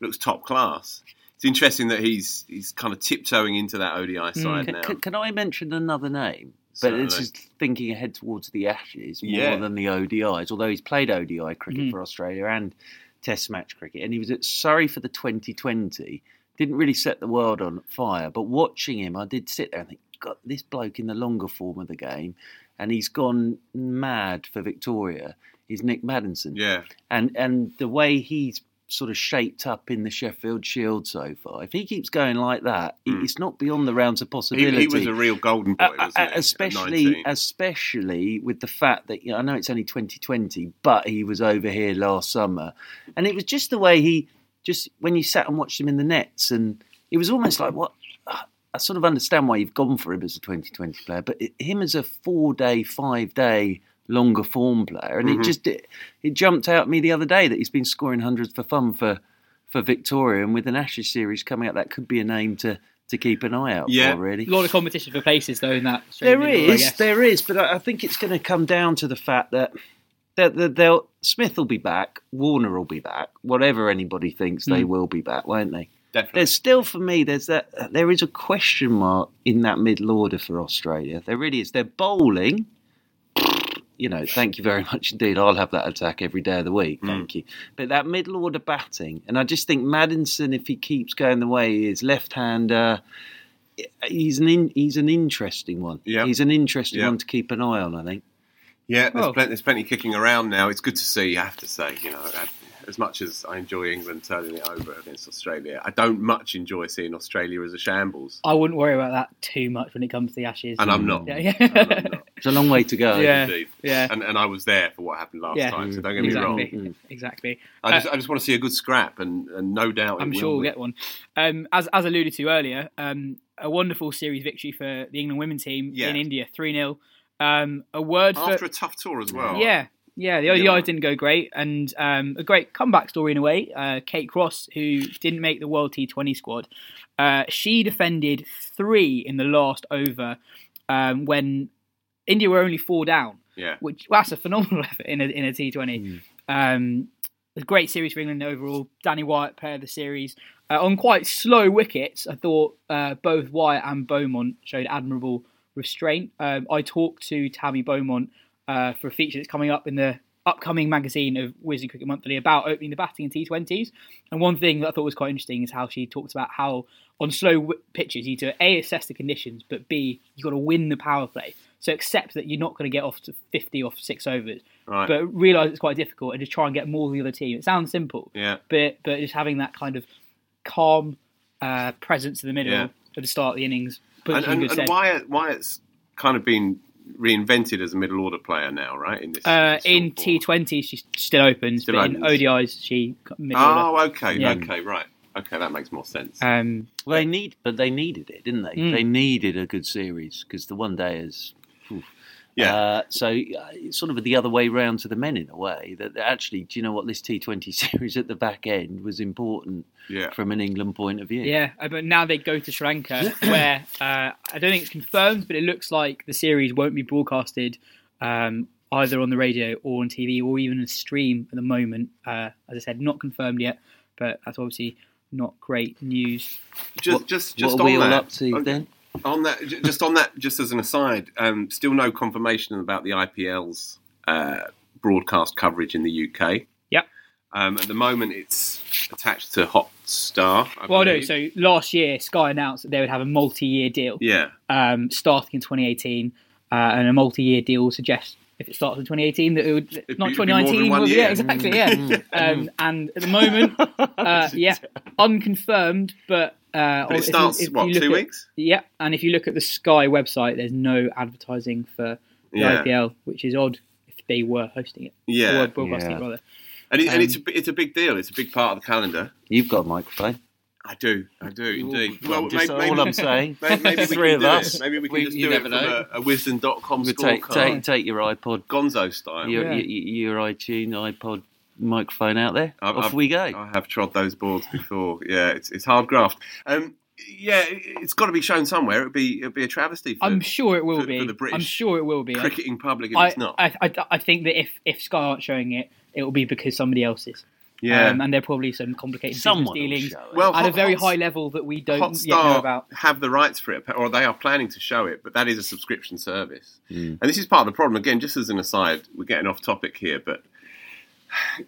Speaker 3: looks top class. It's interesting that he's he's kind of tiptoeing into that ODI
Speaker 1: Mm.
Speaker 3: side
Speaker 2: Can,
Speaker 3: now.
Speaker 2: can, can I mention another name? But it's
Speaker 3: Certainly.
Speaker 2: just thinking ahead towards the Ashes more
Speaker 3: Yeah.
Speaker 2: than the ODIs. Although he's played ODI cricket for Australia and Test match cricket, and he was at Surrey for the 2020. Didn't really set the world on fire, but watching him, I did sit there and think, God, this bloke in the longer form of the game, and he's gone mad for Victoria. Is Nick Maddinson?
Speaker 3: yeah,
Speaker 2: and and the way he's sort of shaped up in the Sheffield Shield so far, if he keeps going like that, it- it's not beyond the realms of
Speaker 3: Hmm. he,
Speaker 2: possibility.
Speaker 3: he was a real golden boy,
Speaker 2: Uh,
Speaker 3: wasn't
Speaker 2: uh,
Speaker 3: he? at
Speaker 2: especially,
Speaker 3: 19?
Speaker 2: especially with the fact that you know, I know it's only 2020, but he was over here last summer, and it was just the way he just when you sat and watched him in the nets, and it was almost like what I sort of understand why you've gone for him as a 2020 player, but it, him as a four-day, five-day longer form player, and it just it, it jumped out at me the other day that he's been scoring hundreds for fun for for Victoria, and with an Ashes series coming up, that could be a name to. To keep an eye out
Speaker 3: Yeah.
Speaker 2: for, really.
Speaker 1: a lot of competition for places though in that. Australian
Speaker 2: There
Speaker 1: middle, I
Speaker 2: is,
Speaker 1: guess.
Speaker 2: there is, but I I think it's going to come down to the fact that that, that they'll Smith will be back, Warner will be back, whatever anybody thinks, they will be back, won't they?
Speaker 3: Definitely.
Speaker 2: There's still for me, there's that there is a question mark in that middle order for Australia. There really is. They're bowling. You know, thank you very much indeed. I'll have that attack every day of the week. Thank you. But that middle order batting, and I just think Madinson, if he keeps going the way he is, left hander, he's an in, he's an interesting one.
Speaker 3: Yeah.
Speaker 2: he's an interesting
Speaker 3: Yeah.
Speaker 2: one to keep an eye on. I think.
Speaker 3: Yeah, there's,
Speaker 1: Well-
Speaker 3: plenty, there's plenty kicking around now. It's good to see, I have to say. You know, I- as much as I enjoy England turning it over against Australia, I don't much enjoy seeing Australia as a shambles,
Speaker 1: I wouldn't worry about that too much when it comes to the Ashes.
Speaker 3: and I'm not.
Speaker 1: Yeah, yeah.
Speaker 3: And I'm not,
Speaker 2: It's a long way to go.
Speaker 1: Yeah.
Speaker 3: indeed.
Speaker 1: yeah.
Speaker 3: And, and I was there for what happened last
Speaker 1: Yeah.
Speaker 3: time, so don't get me
Speaker 1: exactly,
Speaker 3: wrong.
Speaker 1: exactly.
Speaker 3: I just, I just want to see a good scrap, and, and no doubt it
Speaker 1: I'm
Speaker 3: will
Speaker 1: sure we'll
Speaker 3: be.
Speaker 1: get one. Um, as as alluded to earlier, um, a wonderful series victory for the England women's team
Speaker 3: Yeah.
Speaker 1: in India, three 0 um, A word
Speaker 3: after
Speaker 1: for
Speaker 3: a tough tour as well.
Speaker 1: yeah. Yeah, the ODIs
Speaker 3: Oh. Yeah.
Speaker 1: didn't go great, and um, a great comeback story in a way. Uh, Kate Cross, who didn't make the World T20 squad, uh, she defended three in the last over um, when India were only four down
Speaker 3: yeah.
Speaker 1: which well, that's a phenomenal effort in a in a T Twenty. Um, a great series for England overall. Danny Wyatt player of the series uh, on quite slow wickets. I thought uh, both Wyatt and Beaumont showed admirable restraint. Um, I talked to Tammy Beaumont uh, for a feature that's coming up in the upcoming magazine of Wizard Cricket Monthly about opening the batting in T20s. And one thing that I thought was quite interesting is how she talked about how on slow w- pitches you need to a assess the conditions, but b you got to win the power play. So accept that you're not going to get off to 50 off six overs,
Speaker 3: Right.
Speaker 1: but realize it's quite difficult and just try and get more than the other team. It sounds simple,
Speaker 3: Yeah.
Speaker 1: but but just having that kind of calm uh, presence in the middle
Speaker 3: Yeah.
Speaker 1: at the start of the innings. puts
Speaker 3: And,
Speaker 1: you in
Speaker 3: and,
Speaker 1: good
Speaker 3: and
Speaker 1: stead.
Speaker 3: Wyatt, Wyatt's kind of been reinvented as a middle order player now, right? In this,
Speaker 1: Uh,
Speaker 3: this short
Speaker 1: in
Speaker 3: form.
Speaker 1: T20, she still opens,
Speaker 3: Still
Speaker 1: but in
Speaker 3: opens.
Speaker 1: ODIs, she got middle order.
Speaker 3: Oh, okay,
Speaker 1: Yeah.
Speaker 3: okay, right, okay, that makes more sense.
Speaker 1: Um,
Speaker 2: Well, they need, but they needed it, didn't they? They
Speaker 3: Hmm.
Speaker 2: needed a good series because the one day is. oof.
Speaker 3: Yeah.
Speaker 2: Uh, so uh, it's sort of the other way round to the men in a way that that actually, do you know what? This T20 series at the back end was important
Speaker 3: Yeah.
Speaker 2: from an England point of view.
Speaker 1: yeah, uh, but now they go to Sri Lanka, where uh, I don't think it's confirmed, but it looks like the series won't be broadcasted um, either on the radio or on TV or even a stream at the moment. Uh, as I said, not confirmed yet, but that's obviously not great news.
Speaker 3: just, just, just
Speaker 2: what are
Speaker 3: on
Speaker 2: we all
Speaker 3: that,
Speaker 2: up to
Speaker 3: okay,
Speaker 2: then?
Speaker 3: on that, ju- just on that, just as an aside, um, still no confirmation about the IPL's uh, broadcast coverage in the UK.
Speaker 1: Yep.
Speaker 3: Um, at the moment, it's attached to Hotstar. I
Speaker 1: Well, no.
Speaker 3: believe.
Speaker 1: So last year, Sky announced that they would have a multi-year deal
Speaker 3: yeah,
Speaker 1: um, starting in 2018, uh, and a multi-year deal suggests if it starts in 2018 that it would not
Speaker 3: be- it'd be more than
Speaker 1: 2019.
Speaker 3: one
Speaker 1: well,
Speaker 3: year.
Speaker 1: yeah, exactly. Yeah. um, and at the moment, uh, yeah, unconfirmed, but. Uh,
Speaker 3: but it
Speaker 1: if you-
Speaker 3: starts
Speaker 1: if you
Speaker 3: what
Speaker 1: look
Speaker 3: two
Speaker 1: at-
Speaker 3: weeks?
Speaker 1: Yeah, and if you look at the Sky website, there's no advertising for the
Speaker 3: Yeah.
Speaker 1: IPL, which is odd if they were hosting it.
Speaker 3: Yeah.
Speaker 1: Or broadcasting it,
Speaker 2: Yeah.
Speaker 1: rather.
Speaker 3: And, it, and
Speaker 1: um,
Speaker 3: it's a, b- it's a big deal. It's a big part of the calendar.
Speaker 2: You've got a microphone.
Speaker 3: I do, I do indeed.
Speaker 2: Well,
Speaker 3: may-
Speaker 2: just all I'm saying.
Speaker 3: may- Maybe, we
Speaker 2: Three
Speaker 3: can
Speaker 2: of
Speaker 3: do
Speaker 2: us.
Speaker 3: It. Maybe we can
Speaker 2: We-
Speaker 3: just
Speaker 2: you
Speaker 3: do it
Speaker 2: never
Speaker 3: from
Speaker 2: know.
Speaker 3: a, a wisdom.com
Speaker 2: We'll
Speaker 3: scorecard.
Speaker 2: take, take take your iPod,
Speaker 3: Gonzo style.
Speaker 2: your,
Speaker 1: Yeah.
Speaker 2: your your iTunes iPod microphone out there.
Speaker 3: I've-
Speaker 2: Off
Speaker 3: I've-
Speaker 2: we go.
Speaker 3: I have trod those boards before. Yeah, it's it's hard graft. Um, yeah, it's got to be shown somewhere. It'd be it'd be a travesty. For
Speaker 1: I'm sure it will
Speaker 3: for-
Speaker 1: be.
Speaker 3: for the British
Speaker 1: I'm sure it will be.
Speaker 3: cricketing public if
Speaker 1: I,
Speaker 3: it's not.
Speaker 1: I, I, I think that if, if Sky aren't showing it, it will be because somebody else is.
Speaker 3: yeah.
Speaker 1: Um, and there are probably some complicated business
Speaker 2: Someone will
Speaker 1: dealings
Speaker 2: show it.
Speaker 3: Well,
Speaker 1: at a
Speaker 3: Hot-
Speaker 1: very
Speaker 3: Hot-
Speaker 1: high level that we don't yet know
Speaker 3: Hotstar
Speaker 1: about.
Speaker 3: have the rights for it, or they are planning to show it, but that is a subscription service. And this is part of the problem. Again, just as an aside, we're getting off topic here, but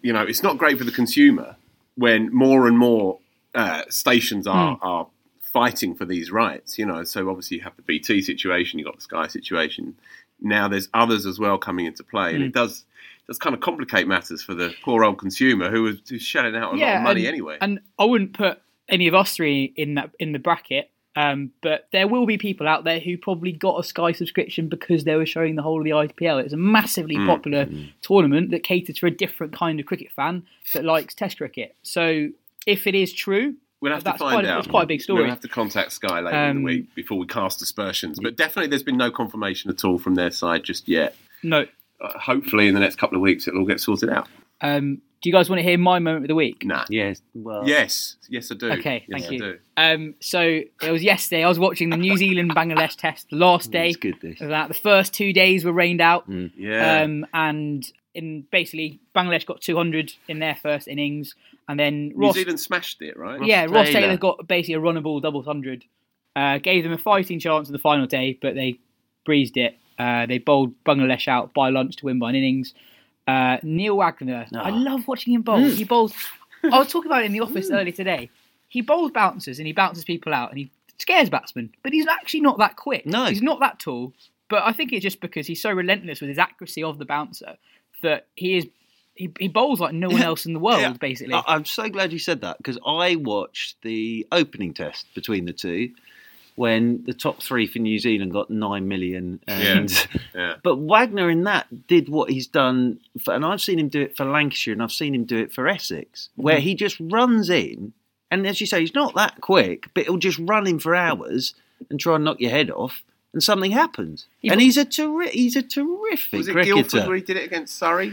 Speaker 3: you know, it's not great for the consumer when more and more uh, stations are
Speaker 1: Hmm.
Speaker 3: are fighting for these rights. You know, so obviously you have the BT situation, you have got the Sky situation. Now there's others as well coming into play, and it
Speaker 1: Hmm.
Speaker 3: does does kind of complicate matters for the poor old consumer who was who's shelling out a lot of money
Speaker 1: and,
Speaker 3: anyway.
Speaker 1: And I wouldn't put any of us three in that in the bracket. Um, but there will be people out there who probably got a Sky subscription because they were showing the whole of the IPL. It's a massively
Speaker 3: Hmm.
Speaker 1: popular
Speaker 2: Hmm.
Speaker 1: tournament that caters for a different kind of cricket fan that likes Test cricket. So if it is true,
Speaker 3: We'll have
Speaker 1: that's
Speaker 3: to find
Speaker 1: quite, a-
Speaker 3: out.
Speaker 1: It's quite a big story.
Speaker 3: We'll have to contact Sky later in the
Speaker 1: Um,
Speaker 3: week before we cast aspersions. But definitely, there's been no confirmation at all from their side just yet.
Speaker 1: No.
Speaker 3: Uh, hopefully, in the next couple of weeks, it'll all get sorted out.
Speaker 1: Um, do you guys want to hear my moment of the week?
Speaker 3: Nah.
Speaker 2: yes. Well,
Speaker 3: Yes, yes, I do.
Speaker 1: Okay,
Speaker 3: yes,
Speaker 1: thank
Speaker 3: I
Speaker 1: you.
Speaker 3: do.
Speaker 1: Um, so it was yesterday. I was watching the New Zealand Bangladesh Test, the last day.
Speaker 2: it's good. This. Mm.
Speaker 1: of That the first two days were rained out.
Speaker 3: Yeah,
Speaker 1: Um, and in basically, Bangladesh got 200 in their first innings, and then
Speaker 3: New
Speaker 1: Ross,
Speaker 3: Zealand smashed it, right?
Speaker 1: yeah, Ross
Speaker 2: Taylor.
Speaker 1: Taylor got basically a run of ball double hundred. Uh, gave them a fighting chance on the final day, but they breezed it. Uh, they bowled Bangladesh out by lunch to win by an innings. Uh, Neil Wagner, I
Speaker 2: Ah.
Speaker 1: love watching him bowl.
Speaker 2: Mm.
Speaker 1: He bowls. I was talking about it in the office earlier today. He bowls bouncers and he bounces people out and he scares batsmen, but he's actually not that quick.
Speaker 2: No.
Speaker 1: he's not that tall. But I think it's just because he's so relentless with his accuracy of the bouncer that he is. He, he bowls like no one else in the world,
Speaker 2: Yeah.
Speaker 1: basically.
Speaker 2: I, I'm so glad you said that because I watched the opening test between the two when the top three for New Zealand got nine million. And,
Speaker 3: Yeah.
Speaker 2: But Wagner in that did what he's done, for, and I've seen him do it for Lancashire and I've seen him do it for Essex, where
Speaker 1: Mm.
Speaker 2: he just runs in, and as you say, he's not that quick, but he'll just run in for hours and try and knock your head off. And something happens, and he's a terri- he's a terrific
Speaker 3: Was it
Speaker 2: cricketer.
Speaker 3: Guildford where he did it against Surrey?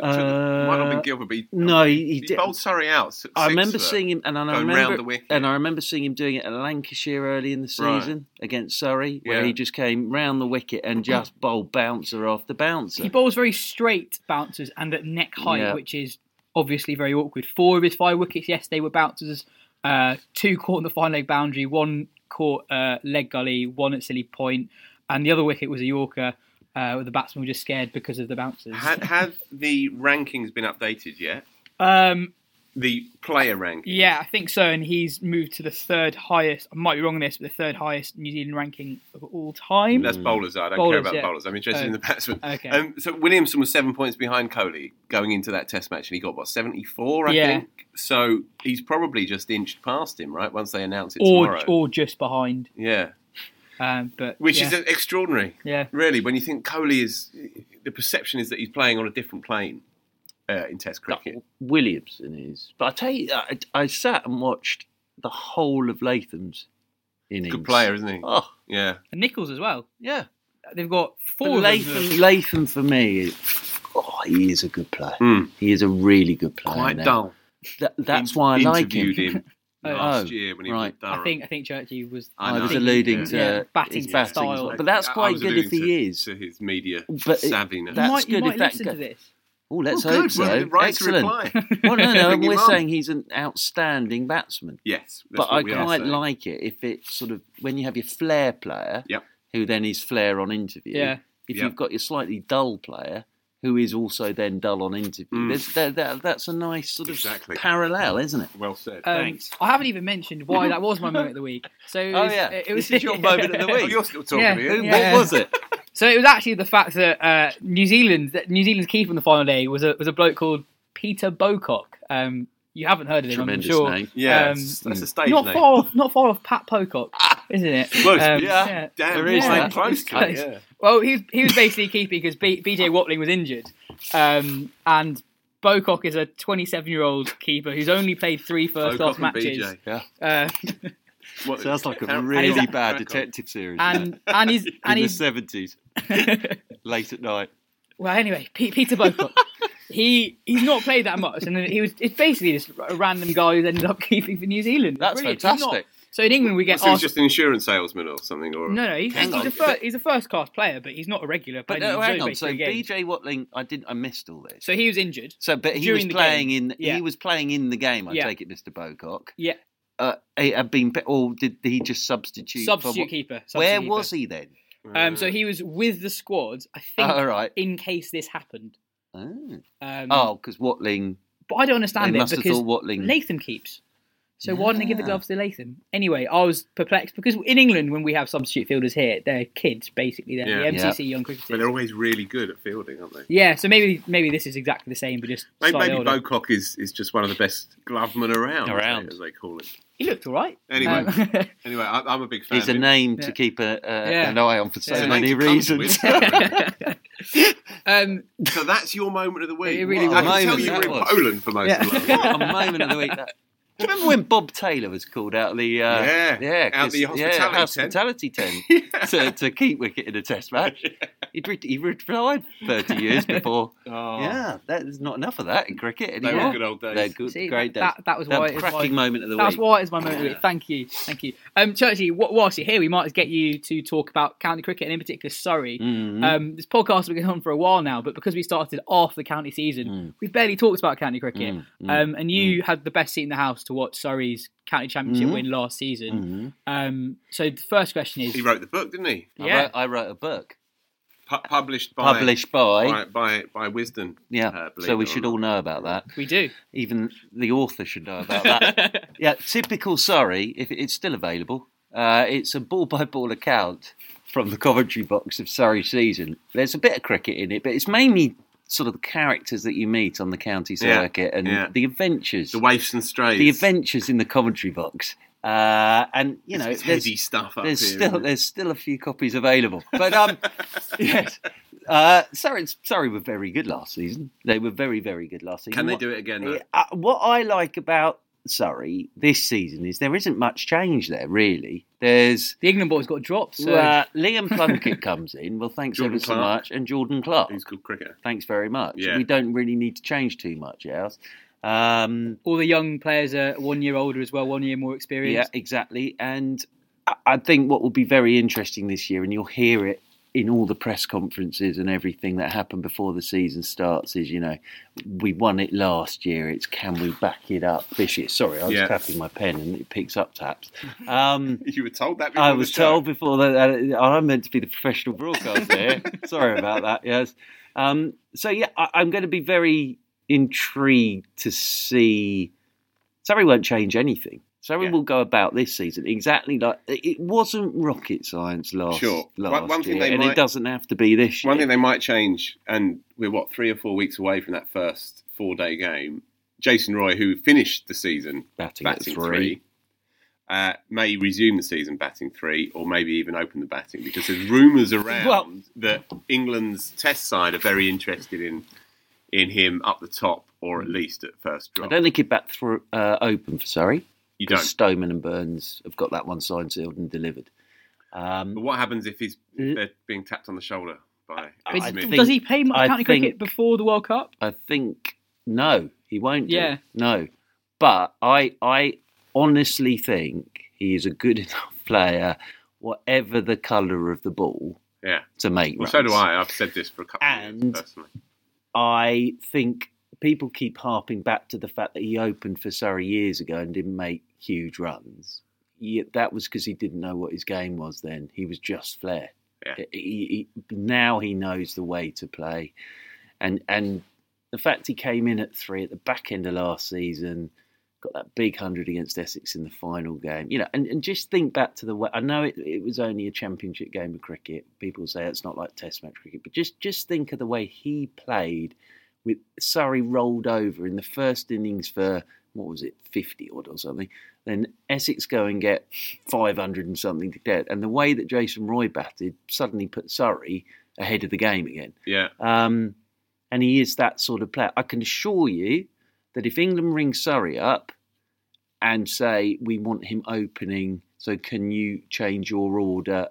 Speaker 3: Might not have been
Speaker 1: Uh,
Speaker 3: Guildford, but he,
Speaker 2: no, he, he
Speaker 3: he
Speaker 2: did.
Speaker 3: bowled Surrey out. six
Speaker 2: I remember
Speaker 3: for
Speaker 2: seeing him, and I
Speaker 3: going
Speaker 2: remember,
Speaker 3: round the wicket.
Speaker 2: and I remember seeing him doing it at Lancashire early in the
Speaker 3: Right.
Speaker 2: season against Surrey, where
Speaker 3: Yeah.
Speaker 2: he just came round the wicket and just bowled bouncer after bouncer.
Speaker 1: He bowls very straight bouncers and at neck height,
Speaker 2: Yeah.
Speaker 1: which is obviously very awkward. Four of his five wickets yesterday were bouncers. Uh, two caught on the fine leg boundary, one caught uh, leg gully, one at silly point, and the other wicket was a Yorker. Uh, where the batsmen were just scared because of the bouncers.
Speaker 3: Had, had the rankings been updated yet?
Speaker 1: Um,
Speaker 3: The player rankings.
Speaker 1: yeah, I think so. And he's moved to the third highest. I might be wrong on this, but the third highest New Zealand ranking of all time.
Speaker 3: That's bowlers. I don't care
Speaker 1: Mm. Bowlers,
Speaker 3: about
Speaker 1: yeah.
Speaker 3: bowlers. I'm interested
Speaker 1: Oh,
Speaker 3: in the batsmen.
Speaker 1: okay.
Speaker 3: Um, so Williamson was seven points behind Coley going into that Test match, and he got what 74, I
Speaker 1: Yeah.
Speaker 3: think. So he's probably just inched past him, right? Once they announce it
Speaker 1: or
Speaker 3: tomorrow.
Speaker 1: or just behind.
Speaker 3: yeah,
Speaker 1: Um, but
Speaker 3: which
Speaker 1: yeah.
Speaker 3: is extraordinary.
Speaker 1: Yeah.
Speaker 3: really. When you think Coley is, the perception is that he's playing on a different plane uh, in Test cricket.
Speaker 2: Williamson is, but I tell you, I, I sat and watched the whole of Latham's innings.
Speaker 3: Good player, isn't he?
Speaker 2: Oh
Speaker 3: Yeah,
Speaker 1: and Nichols as well.
Speaker 2: yeah,
Speaker 1: They've got
Speaker 2: But
Speaker 1: four. of them.
Speaker 2: Latham, Latham for me is. Oh, he is a good player. He is a really good player.
Speaker 3: Hmm. quite
Speaker 2: now.
Speaker 3: dull.
Speaker 2: That, that's why I like him.
Speaker 3: Interviewed him last
Speaker 2: Oh,
Speaker 3: year when he
Speaker 2: right.
Speaker 3: was at
Speaker 1: I
Speaker 3: Durham.
Speaker 1: think I think Churchy was.
Speaker 3: I
Speaker 2: I, was
Speaker 3: know.
Speaker 2: alluding to
Speaker 1: Yeah, batting
Speaker 2: his batting
Speaker 1: style.
Speaker 2: style. but that's
Speaker 3: I- I
Speaker 2: quite
Speaker 3: was
Speaker 2: good
Speaker 3: alluding
Speaker 2: if he
Speaker 3: to-
Speaker 2: is.
Speaker 3: to his media
Speaker 2: But it-
Speaker 3: savviness.
Speaker 2: that- That's
Speaker 1: might, you
Speaker 2: good
Speaker 1: might
Speaker 2: if that
Speaker 1: listen
Speaker 2: go-
Speaker 1: to this.
Speaker 2: Oh, let's
Speaker 3: Well,
Speaker 2: hope
Speaker 3: good. Well,
Speaker 2: so.
Speaker 3: right to
Speaker 2: Excellent.
Speaker 3: reply.
Speaker 2: well, no, no,
Speaker 3: Bring him
Speaker 2: we're
Speaker 3: on.
Speaker 2: saying he's an outstanding batsman.
Speaker 3: Yes, that's
Speaker 2: but
Speaker 3: what
Speaker 2: I
Speaker 3: we are
Speaker 2: quite
Speaker 3: saying.
Speaker 2: like it if it's sort of when you have your flair player,
Speaker 3: Yep.
Speaker 2: who then is flair on interview.
Speaker 1: Yeah.
Speaker 2: If
Speaker 3: Yep.
Speaker 2: you've got your slightly dull player who is also then dull on interview. There's, that, that, that's a nice sort of
Speaker 3: Mm. Exactly.
Speaker 2: parallel, isn't it?
Speaker 3: Well said.
Speaker 1: Um,
Speaker 2: Thanks.
Speaker 1: I haven't even mentioned why that was my moment of the week. So it
Speaker 2: Oh
Speaker 1: was-
Speaker 2: yeah,
Speaker 1: it was
Speaker 2: this is your moment of the
Speaker 3: Oh,
Speaker 2: week.
Speaker 3: you're still talking
Speaker 1: Yeah.
Speaker 3: to
Speaker 2: Who-
Speaker 3: me.
Speaker 1: Yeah.
Speaker 2: What was it?
Speaker 1: So it was actually the fact that uh, New Zealand, that New Zealand's keeper on the final day was a was a bloke called Peter Bocock. Um, you haven't heard of him,
Speaker 2: Tremendous
Speaker 1: I'm sure.
Speaker 2: name.
Speaker 3: Yeah,
Speaker 1: Um,
Speaker 3: that's- that's a stage
Speaker 1: not
Speaker 3: name.
Speaker 1: far off, not far off Pat Pocock, isn't it? Um,
Speaker 3: Close,
Speaker 2: yeah.
Speaker 3: Damn,
Speaker 2: There is
Speaker 3: I'm
Speaker 2: that.
Speaker 3: close to it.
Speaker 1: Close.
Speaker 3: Yeah.
Speaker 1: Well, he was, he was basically keeping because B, BJ Watling was injured, um, and Bocock is a 27 year old keeper who's only played three first
Speaker 3: Pocock
Speaker 1: class
Speaker 3: and
Speaker 1: matches.
Speaker 3: BJ.
Speaker 1: Uh,
Speaker 3: What-
Speaker 2: Sounds like
Speaker 3: how-
Speaker 2: a
Speaker 1: he's
Speaker 2: really
Speaker 1: a-
Speaker 2: bad
Speaker 3: crack on.
Speaker 2: detective series.
Speaker 1: and and he's
Speaker 2: in
Speaker 1: and
Speaker 2: the
Speaker 1: he's
Speaker 2: seventies, late at night.
Speaker 1: Well, anyway, P- Peter Bocock. he he's not played that much, and then he was it's basically just a random guy who's ended up keeping for New Zealand. It's
Speaker 2: That's
Speaker 1: brilliant. He's not-
Speaker 2: fantastic.
Speaker 1: so in England, we get
Speaker 3: So he's
Speaker 1: asked.
Speaker 3: just an insurance salesman or something, or
Speaker 1: No, no, he's, he's,
Speaker 2: on.
Speaker 1: a first, he's a first class player, but he's not a regular.
Speaker 2: But
Speaker 1: player.
Speaker 2: no,
Speaker 1: He's
Speaker 2: hang
Speaker 1: only
Speaker 2: on.
Speaker 1: played
Speaker 2: So
Speaker 1: three games.
Speaker 2: BJ Watling, I didn't. I missed all this.
Speaker 1: so he was injured.
Speaker 2: So, but he
Speaker 1: during
Speaker 2: was
Speaker 1: the
Speaker 2: playing
Speaker 1: game.
Speaker 2: in.
Speaker 1: Yeah.
Speaker 2: He was playing in the game. I
Speaker 1: Yeah.
Speaker 2: take it, Mr. Bocock.
Speaker 1: Yeah,
Speaker 2: Uh, he had been, or did he just substitute? for
Speaker 1: substitute
Speaker 2: what-
Speaker 1: keeper. substitute
Speaker 2: Where
Speaker 1: keeper.
Speaker 2: was he then?
Speaker 1: Um,
Speaker 2: Mm.
Speaker 1: so he was with the squad, I think,
Speaker 2: Oh, all right.
Speaker 1: in case this happened.
Speaker 2: Oh,
Speaker 1: Um,
Speaker 2: Oh, because Watling.
Speaker 1: But I don't
Speaker 2: They
Speaker 1: understand it
Speaker 2: must have
Speaker 1: because
Speaker 2: thought Watling-
Speaker 1: Latham keeps. So why didn't they give the gloves to Latham? Anyway, I was perplexed because in England, when we have substitute fielders here, they're kids basically. They're
Speaker 3: Yeah.
Speaker 1: the MCC young
Speaker 3: But they're
Speaker 1: cricketers.
Speaker 3: always really good at fielding, aren't they?
Speaker 1: Yeah, so maybe maybe this is exactly the same, but just
Speaker 3: Maybe,
Speaker 1: slightly
Speaker 3: maybe
Speaker 1: older.
Speaker 3: Bocock is, is just one of the best glovemen around, as they-
Speaker 2: Around.
Speaker 3: as they call it.
Speaker 1: He looked all right.
Speaker 3: Anyway,
Speaker 1: Um,
Speaker 3: anyway, I, I'm a big fan.
Speaker 2: Is a
Speaker 3: of him.
Speaker 2: name
Speaker 1: Yeah.
Speaker 2: to keep a, a,
Speaker 1: Yeah.
Speaker 2: an eye on for so
Speaker 3: It's a name
Speaker 2: many
Speaker 3: to come to,
Speaker 2: reasons.
Speaker 3: isn't it?
Speaker 1: um,
Speaker 3: so that's your moment of the week.
Speaker 1: It really
Speaker 2: was.
Speaker 3: I can tell
Speaker 2: Moment,
Speaker 3: you were
Speaker 2: that
Speaker 3: in
Speaker 2: was.
Speaker 3: Poland for most of the last
Speaker 2: a moment of the week. That, do you remember when Bob Taylor was called out the uh,
Speaker 3: Yeah,
Speaker 2: yeah,
Speaker 3: out
Speaker 2: 'cause-
Speaker 3: the
Speaker 2: yeah,
Speaker 3: hospitality
Speaker 2: hospitality tent, to, to keep wicket in a Test match? He'd re- he retired thirty years before. Yeah, that is not enough of that in cricket
Speaker 3: Oh. were
Speaker 2: anymore.
Speaker 3: good old days.
Speaker 2: They're good,
Speaker 1: See,
Speaker 2: great days.
Speaker 1: that- that was why it was
Speaker 2: cracking
Speaker 1: my-
Speaker 2: moment of the
Speaker 1: that's
Speaker 2: week.
Speaker 1: why it's my moment. of the week. Thank you, thank you. Um, Churchy, wh- whilst you're here, we might as get you to talk about county cricket and in particular Surrey.
Speaker 2: Mm-hmm.
Speaker 1: Um, this podcast has been going on for a while now, but because we started off the county season,
Speaker 2: Mm.
Speaker 1: we've barely talked about county cricket. um, and you had the best seat in the house to watch Surrey's county championship
Speaker 2: Mm-hmm.
Speaker 1: win last season. Um, so the first question is,
Speaker 3: He wrote the book, didn't he?
Speaker 2: I,
Speaker 1: yeah.
Speaker 2: wrote, I wrote a book
Speaker 3: Pu- published by
Speaker 2: published by,
Speaker 3: by by, by Wisden.
Speaker 2: yeah.
Speaker 3: uh, believe
Speaker 2: so we
Speaker 3: it or
Speaker 2: should
Speaker 3: not.
Speaker 2: all know about that.
Speaker 1: we do.
Speaker 2: Even the author should know about that. yeah, typical Surrey. If it's still available, uh, it's a ball by ball account from the commentary box of Surrey season. There's a bit of cricket in it, but it's mainly sort of the characters that you meet on the county
Speaker 3: Yeah,
Speaker 2: circuit and
Speaker 3: yeah.
Speaker 2: the adventures,
Speaker 3: the waifs and strays.
Speaker 2: the adventures in the commentary box. Uh, and you know,
Speaker 3: it's
Speaker 2: there's-
Speaker 3: heady stuff up
Speaker 2: there's
Speaker 3: here,
Speaker 2: still
Speaker 3: isn't it?
Speaker 2: there's still a few copies available. But um, yes, uh, Surrey Surrey were very good last season. They were very very good last season.
Speaker 3: Can they
Speaker 2: What-
Speaker 3: do it again? though?
Speaker 2: uh, what I like about Surrey this season is there isn't much change there really. There's
Speaker 1: The England boy's got dropped. So
Speaker 2: uh, Liam Plunkett comes in. Well, thanks
Speaker 3: Jordan
Speaker 2: ever so
Speaker 3: Clark.
Speaker 2: much, and Jordan Clark.
Speaker 3: Who's good cricketer?
Speaker 2: Thanks very much.
Speaker 3: Yeah.
Speaker 2: We don't really need to change too much else. Um,
Speaker 1: all the young players are one year older as well, one year more experienced.
Speaker 2: Yeah, exactly. And I- I think what will be very interesting this year, and you'll hear it in all the press conferences and everything that happened before the season starts, is you know, we won it last year. It's can we back it up this year? Sorry, I was
Speaker 3: Yeah.
Speaker 2: tapping my pen and it picks up taps. Um,
Speaker 3: You were told that. Before
Speaker 2: I
Speaker 3: the
Speaker 2: was
Speaker 3: show.
Speaker 2: told before that uh, I'm meant to be the professional broadcaster. here. Sorry about that. Yes. Um, so yeah, I, I'm going to be very intrigued to see. Surrey won't change anything. Surrey will go about this season exactly like it wasn't rocket science last
Speaker 3: Sure.
Speaker 2: last
Speaker 3: One- one thing
Speaker 2: year,
Speaker 3: they
Speaker 2: and
Speaker 3: might-
Speaker 2: it doesn't have to be this year.
Speaker 3: One thing they might change, and we're what three or four weeks away from that first four-day game. Jason Roy, who finished the season
Speaker 2: Batting at three.
Speaker 3: uh, may resume the season batting three, or maybe even open the batting, because there's rumours around
Speaker 2: Well-
Speaker 3: that England's Test side are very interested in in him up the top, or at least at first
Speaker 2: I
Speaker 3: drop.
Speaker 2: don't think he'd back through uh, open for Surrey.
Speaker 3: you
Speaker 2: because
Speaker 3: don't.
Speaker 2: Stoneman and Burns have got that one signed, sealed, and delivered. Um,
Speaker 3: But what happens if he's if they're being tapped on the shoulder by Ed
Speaker 2: I
Speaker 3: Smith?
Speaker 2: think-
Speaker 1: Does he play much
Speaker 2: I
Speaker 1: county
Speaker 2: think-
Speaker 1: cricket before the World Cup?
Speaker 2: I think no, he won't. do.
Speaker 1: Yeah.
Speaker 2: no. But I, I honestly think he is a good enough player, whatever the colour of the ball,
Speaker 3: Yeah.
Speaker 2: to make.
Speaker 3: Well, so do
Speaker 2: runs.
Speaker 3: I. I've said this for a couple of years
Speaker 2: And-
Speaker 3: personally.
Speaker 2: I think people keep harping back to the fact that he opened for Surrey years ago and didn't make huge runs. Yeah, that was because he didn't know what his game was then. He was just flair.
Speaker 3: Yeah.
Speaker 2: He- he- now he knows the way to play. and and the fact he came in at three at the back end of last season, got that big hundred against Essex in the final game, you know, and, and just think back to the way I know it, it was only a championship game of cricket. People say it's not like Test match cricket, but just just think of the way he played with Surrey rolled over in the first innings for what was it, fifty odd or something. Then Essex go and get five hundred and something to dead, and the way that Jason Roy batted suddenly put Surrey ahead of the game again.
Speaker 3: Yeah.
Speaker 2: Um, and he is that sort of player. I can assure you that if England ring Surrey up and say, we want him opening, so can you change your order?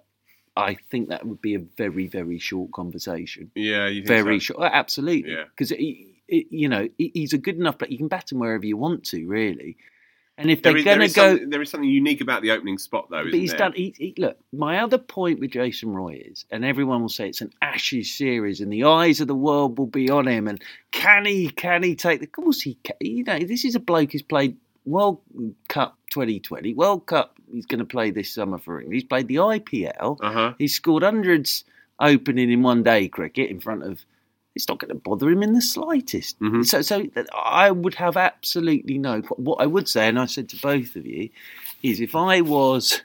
Speaker 2: I think that would be a very, very short conversation.
Speaker 3: Yeah. You think
Speaker 2: Very
Speaker 3: so?
Speaker 2: short. Oh, Absolutely.
Speaker 3: Yeah.
Speaker 2: Because, you know, he- he's a good enough player. You can bat him wherever you want to, really. And if
Speaker 3: There
Speaker 2: they're
Speaker 3: is, there
Speaker 2: going
Speaker 3: is
Speaker 2: to go.
Speaker 3: something- there is something unique about the opening spot, though. Isn't
Speaker 2: But he's
Speaker 3: there?
Speaker 2: done. He, he, look, my other point with Jason Roy is, and everyone will say it's an Ashes series, and the eyes of the world will be on him. And can he? Can he take the? Of course he. Can, you know, this is a bloke who's played World Cup 2020, World Cup. He's going to play this summer for England. He's played the IPL.
Speaker 3: Uh-huh.
Speaker 2: He's scored hundreds opening in one day cricket in front of. It's not going to bother him in the slightest. So, so that I would have absolutely no. What I would say, and I said to both of you, is if I was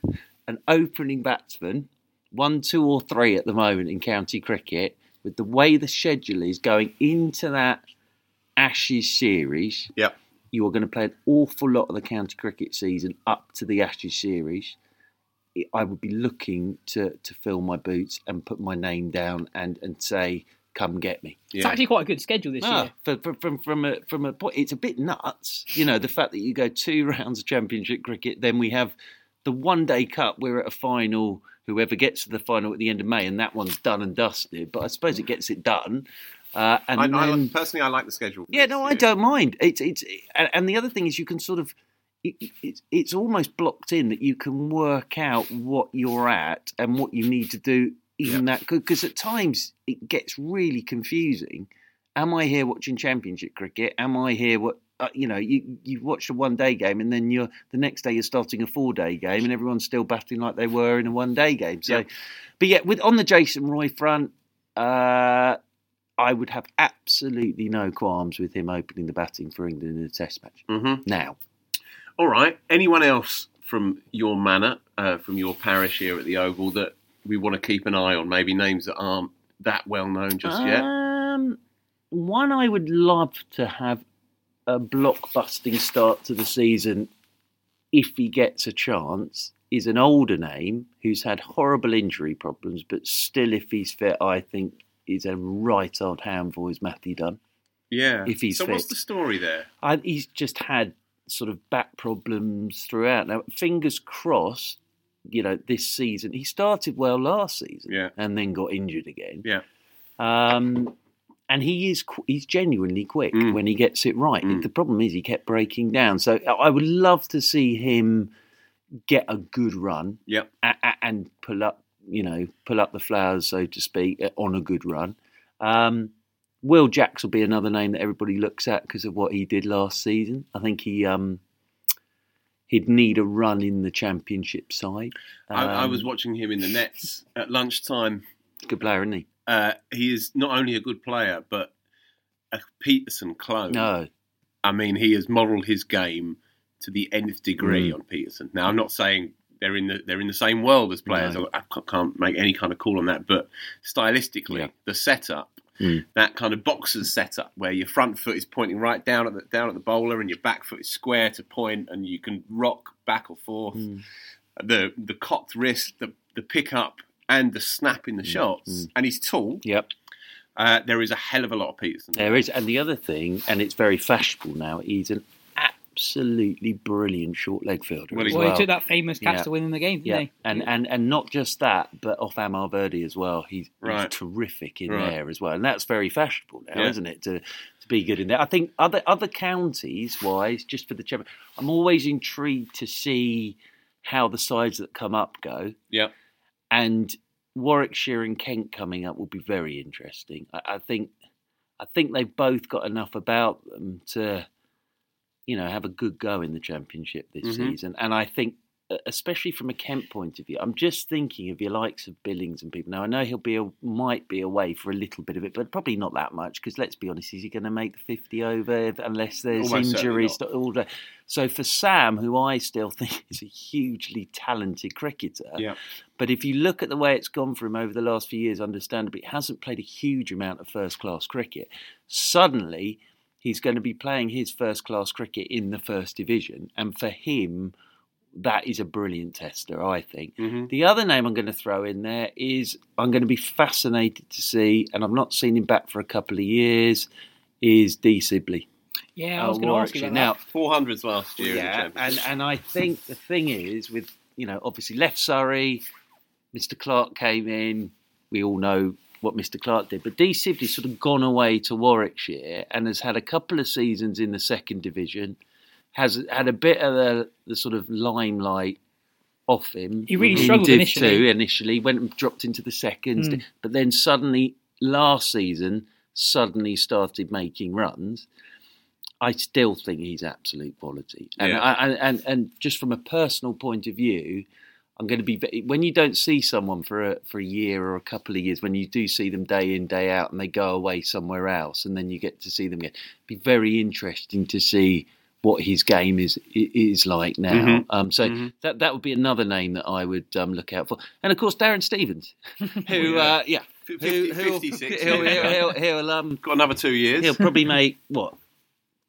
Speaker 2: an opening batsman, one, two, or three at the moment in county cricket, with the way the schedule is going into that Ashes series,
Speaker 3: Yeah.
Speaker 2: you are going to play an awful lot of the county cricket season up to the Ashes series. I- I would be looking to, to fill my boots and put my name down and, and say, come get me.
Speaker 1: It's actually quite a good schedule this
Speaker 2: Ah,
Speaker 1: year.
Speaker 2: for- for- from from a from a point, it's a bit nuts, you know, the fact that you go two rounds of Championship cricket, then we have the One Day Cup. We're at a final. Whoever gets to the final at the end of May, and that one's done and dusted. But I suppose it gets it done. Uh, and
Speaker 3: I,
Speaker 2: then,
Speaker 3: I, like- personally, I like the schedule. for
Speaker 2: yeah,
Speaker 3: this
Speaker 2: no, I
Speaker 3: year.
Speaker 2: don't mind. It's it's and and the other thing is you can sort of it, it's it's almost blocked in that you can work out what you're at and what you need to do in that because at times it gets really confusing. Am I here watching Championship cricket? Am I here what? Uh, you know, you you've watched a one day game, and then you're the next day you're starting a four day game, and everyone's still batting like they were in a one day game. So, but yeah, with on the Jason Roy front, uh, I would have absolutely no qualms with him opening the batting for England in a Test match. Mm-hmm. Now,
Speaker 3: All right. Anyone else from your manor, uh, from your parish here at the Oval, that we want to keep an eye on? Maybe names that aren't that well known just yet.
Speaker 2: um, one I would love to have a blockbusting start to the season if he gets a chance is an older name who's had horrible injury problems, but still, if he's fit, I think is a right old handful is Matthew Dunn.
Speaker 3: Yeah.
Speaker 2: If he's
Speaker 3: so, what's
Speaker 2: fit.
Speaker 3: the story there?
Speaker 2: I, he's just had sort of back problems throughout. Now, fingers crossed, you know, this season he started well last season,
Speaker 3: Yeah.
Speaker 2: and then got injured again.
Speaker 3: Yeah.
Speaker 2: Um, and he is qu- he's genuinely quick when he gets it right. The problem is he kept breaking down. So I I would love to see him get a good run
Speaker 3: Yep.
Speaker 2: a- a- and pull up, you know, pull up the flowers, so to speak, uh, on a good run. Um, Will Jacks will be another name that everybody looks at because of what he did last season. I think he um, he'd need a run in the championship side.
Speaker 3: I, I
Speaker 2: Um,
Speaker 3: was watching him in the nets at lunchtime.
Speaker 2: good player, isn't he?
Speaker 3: Uh, he is not only a good player, but a Peterson clone.
Speaker 2: No,
Speaker 3: I mean, he has modelled his game to the nth
Speaker 2: Mm.
Speaker 3: degree on Peterson. Now, I'm not saying they're in the they're in the same world as players. I, I ca- can't make any kind of call on that, but stylistically,
Speaker 2: Yeah. Mm.
Speaker 3: the setup, that kind of boxer's setup, where your front foot is pointing right down at the down at the bowler, and your back foot is square to point, and you can rock back or forth.
Speaker 2: Mm.
Speaker 3: The the cocked wrist, the the pick up, and the snap
Speaker 2: Mm.
Speaker 3: in the shots, and he's tall.
Speaker 2: yep.
Speaker 3: Uh, there is a hell of a lot of Peterson.
Speaker 2: There is, and the other thing, and it's very fashionable now. He's an absolutely brilliant short leg fielder.
Speaker 3: Well,
Speaker 2: as
Speaker 3: he-
Speaker 1: Well, he took that famous catch
Speaker 2: Yeah.
Speaker 1: to win in the game, didn't
Speaker 2: Yeah,
Speaker 1: he?
Speaker 2: and, uh, and and not just that, but off Amar Verdi as well. He's,
Speaker 3: Right.
Speaker 2: he's terrific in
Speaker 3: Right.
Speaker 2: there as well, and that's very fashionable now,
Speaker 3: Yeah.
Speaker 2: isn't it? To to be good in there. I think other other counties wise, just for the chairman, I'm always intrigued to see how the sides that come up go,
Speaker 3: Yeah,
Speaker 2: and Warwickshire and Kent coming up will be very interesting. I, I think I think they've both got enough about
Speaker 3: Mm-hmm.
Speaker 2: them to, you know, have a good go in the championship this season. And I think e, especially from a Kent point of view, I'm just thinking of your likes of Billings and people. Now I know he'll be a, might be away for a little bit of it, but probably not that much because let's be honest, is he going to make the 50 over unless there's
Speaker 3: Almost certainly
Speaker 2: injuries? to- all that. So for Sam, who I still think is a hugely talented cricketer,
Speaker 3: Yeah.
Speaker 2: but if you look at the way it's gone for him over the last few years, understandably, he hasn't played a huge amount of first class cricket. Suddenly, he's going to be playing his first class cricket in the first division. And for him, that is a brilliant tester, I think. The other name I'm going to throw in there is I'm going to be fascinated to see, and I've not seen him back for a couple of years, is D. Sibley.
Speaker 1: Yeah, I was
Speaker 2: uh,
Speaker 1: going to ask you
Speaker 2: Warwickshire.
Speaker 1: about
Speaker 2: Now,
Speaker 1: that.
Speaker 3: 400s last year.
Speaker 2: yeah,
Speaker 3: in the
Speaker 2: and
Speaker 3: championship.
Speaker 2: and I think the thing is with you know obviously left Surrey, Mr Clark came in. We all know what Mr Clark did, but D Sibley's sort of gone away to Warwickshire and has had a couple of seasons in the second division. Has had a bit of the, the sort of limelight off him.
Speaker 1: He really
Speaker 2: in
Speaker 1: struggled
Speaker 2: Div
Speaker 1: initially. Hmm.
Speaker 2: Two initially, went and dropped into the seconds, but then suddenly last season suddenly started making runs. I still think he's absolute quality, and
Speaker 3: Yeah.
Speaker 2: I, and- and and just from a personal point of view, I'm going to be ve- when you don't see someone for a for a year or a couple of years, when you do see them day in day out, and they go away somewhere else, and then you get to see them again, be very interesting to see what his game is i- is like now. Um, so that that would be another name that I would um, look out for, and of course Darren Stevens, who uh, yeah, who,
Speaker 3: Fifty-
Speaker 2: who'll-
Speaker 3: 56,
Speaker 2: he'll,
Speaker 3: yeah.
Speaker 2: he'll, he'll, he'll um
Speaker 3: Got another two years.
Speaker 2: he'll probably make what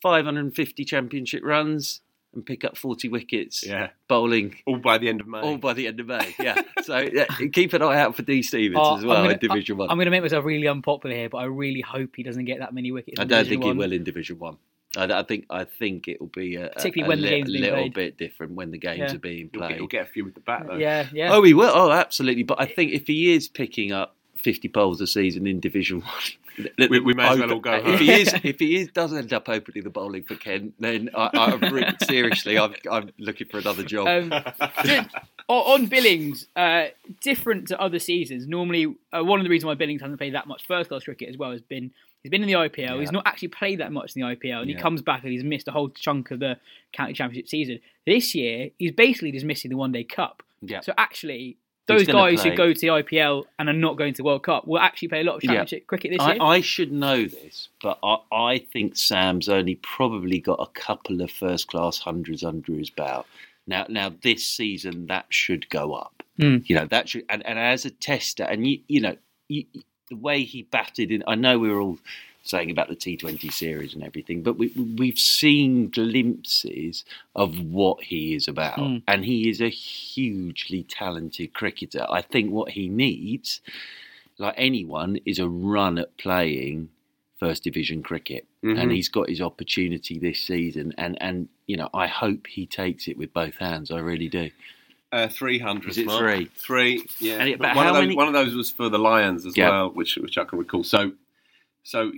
Speaker 2: 550 championship runs and pick up 40 wickets
Speaker 3: Yeah.
Speaker 2: bowling
Speaker 3: all by the end of May.
Speaker 2: all by the end of May. Yeah. so yeah, keep an eye out for D Stevens
Speaker 1: Oh,
Speaker 2: as well
Speaker 1: I'm gonna,
Speaker 2: in Division
Speaker 1: I,
Speaker 2: 1.
Speaker 1: I'm going to make myself really unpopular here, but I really hope he doesn't get that many wickets.
Speaker 2: I
Speaker 1: in
Speaker 2: don't
Speaker 1: Division
Speaker 2: think he
Speaker 1: One.
Speaker 2: will in Division 1. I, I think I think it will be a, a-
Speaker 1: Particularly
Speaker 2: a
Speaker 1: when the
Speaker 2: li-
Speaker 1: game's being
Speaker 2: little
Speaker 1: played.
Speaker 2: bit different when the games
Speaker 1: Yeah.
Speaker 2: are being
Speaker 3: He'll get-
Speaker 2: played.
Speaker 3: he'll get a few with the bat, though.
Speaker 1: Yeah, yeah.
Speaker 2: Oh, he will. Oh, absolutely. But I think if he is picking up 50 poles a season in Division 1, that-
Speaker 3: We- we may as well
Speaker 2: open-
Speaker 3: all go home.
Speaker 2: If he is, if he is, does end up opening the bowling for Kent, then I, I, re- seriously, I'm, I'm looking for another job.
Speaker 1: Um, just- o- on Billings, uh, different to other seasons. Normally, uh, one of the reasons why Billings hasn't played that much first class cricket as well has been he's been in the IPL. He's not actually played that much in the IPL, and he comes back and he's missed a whole chunk of the county championship season. This year, he's basically just missing the One Day Cup.
Speaker 2: Yeah.
Speaker 1: So actually. Those
Speaker 2: gonna
Speaker 1: guys who
Speaker 2: play.
Speaker 1: go to the IPL and are not going to World Cup will actually play a lot of
Speaker 2: Yeah.
Speaker 1: championship cricket this
Speaker 2: I,
Speaker 1: year.
Speaker 2: I should know this, but I, I think Sam's only probably got a couple of first class hundreds under his belt. Now, now this season that should go up.
Speaker 1: Hmm.
Speaker 2: You know that should, and, and as a tester, and you, you know you, the way he batted in. I know we were all saying about the T Twenty series and everything, but we we- we've seen glimpses of what he is about,
Speaker 1: Hmm.
Speaker 2: and he is a hugely talented cricketer. I think what he needs like anyone, is a run at playing first division cricket. And he's got his opportunity this season. And, and, you know, I hope he takes it with both hands. I really do.
Speaker 3: Uh, 300.
Speaker 2: Is it
Speaker 3: Mark.
Speaker 2: three?
Speaker 3: Three, yeah.
Speaker 2: And it-
Speaker 3: But
Speaker 2: but
Speaker 3: one,
Speaker 2: how
Speaker 3: of those,
Speaker 2: many-
Speaker 3: one of those was for the Lions as
Speaker 2: Yeah.
Speaker 3: well, which which I can recall. So, so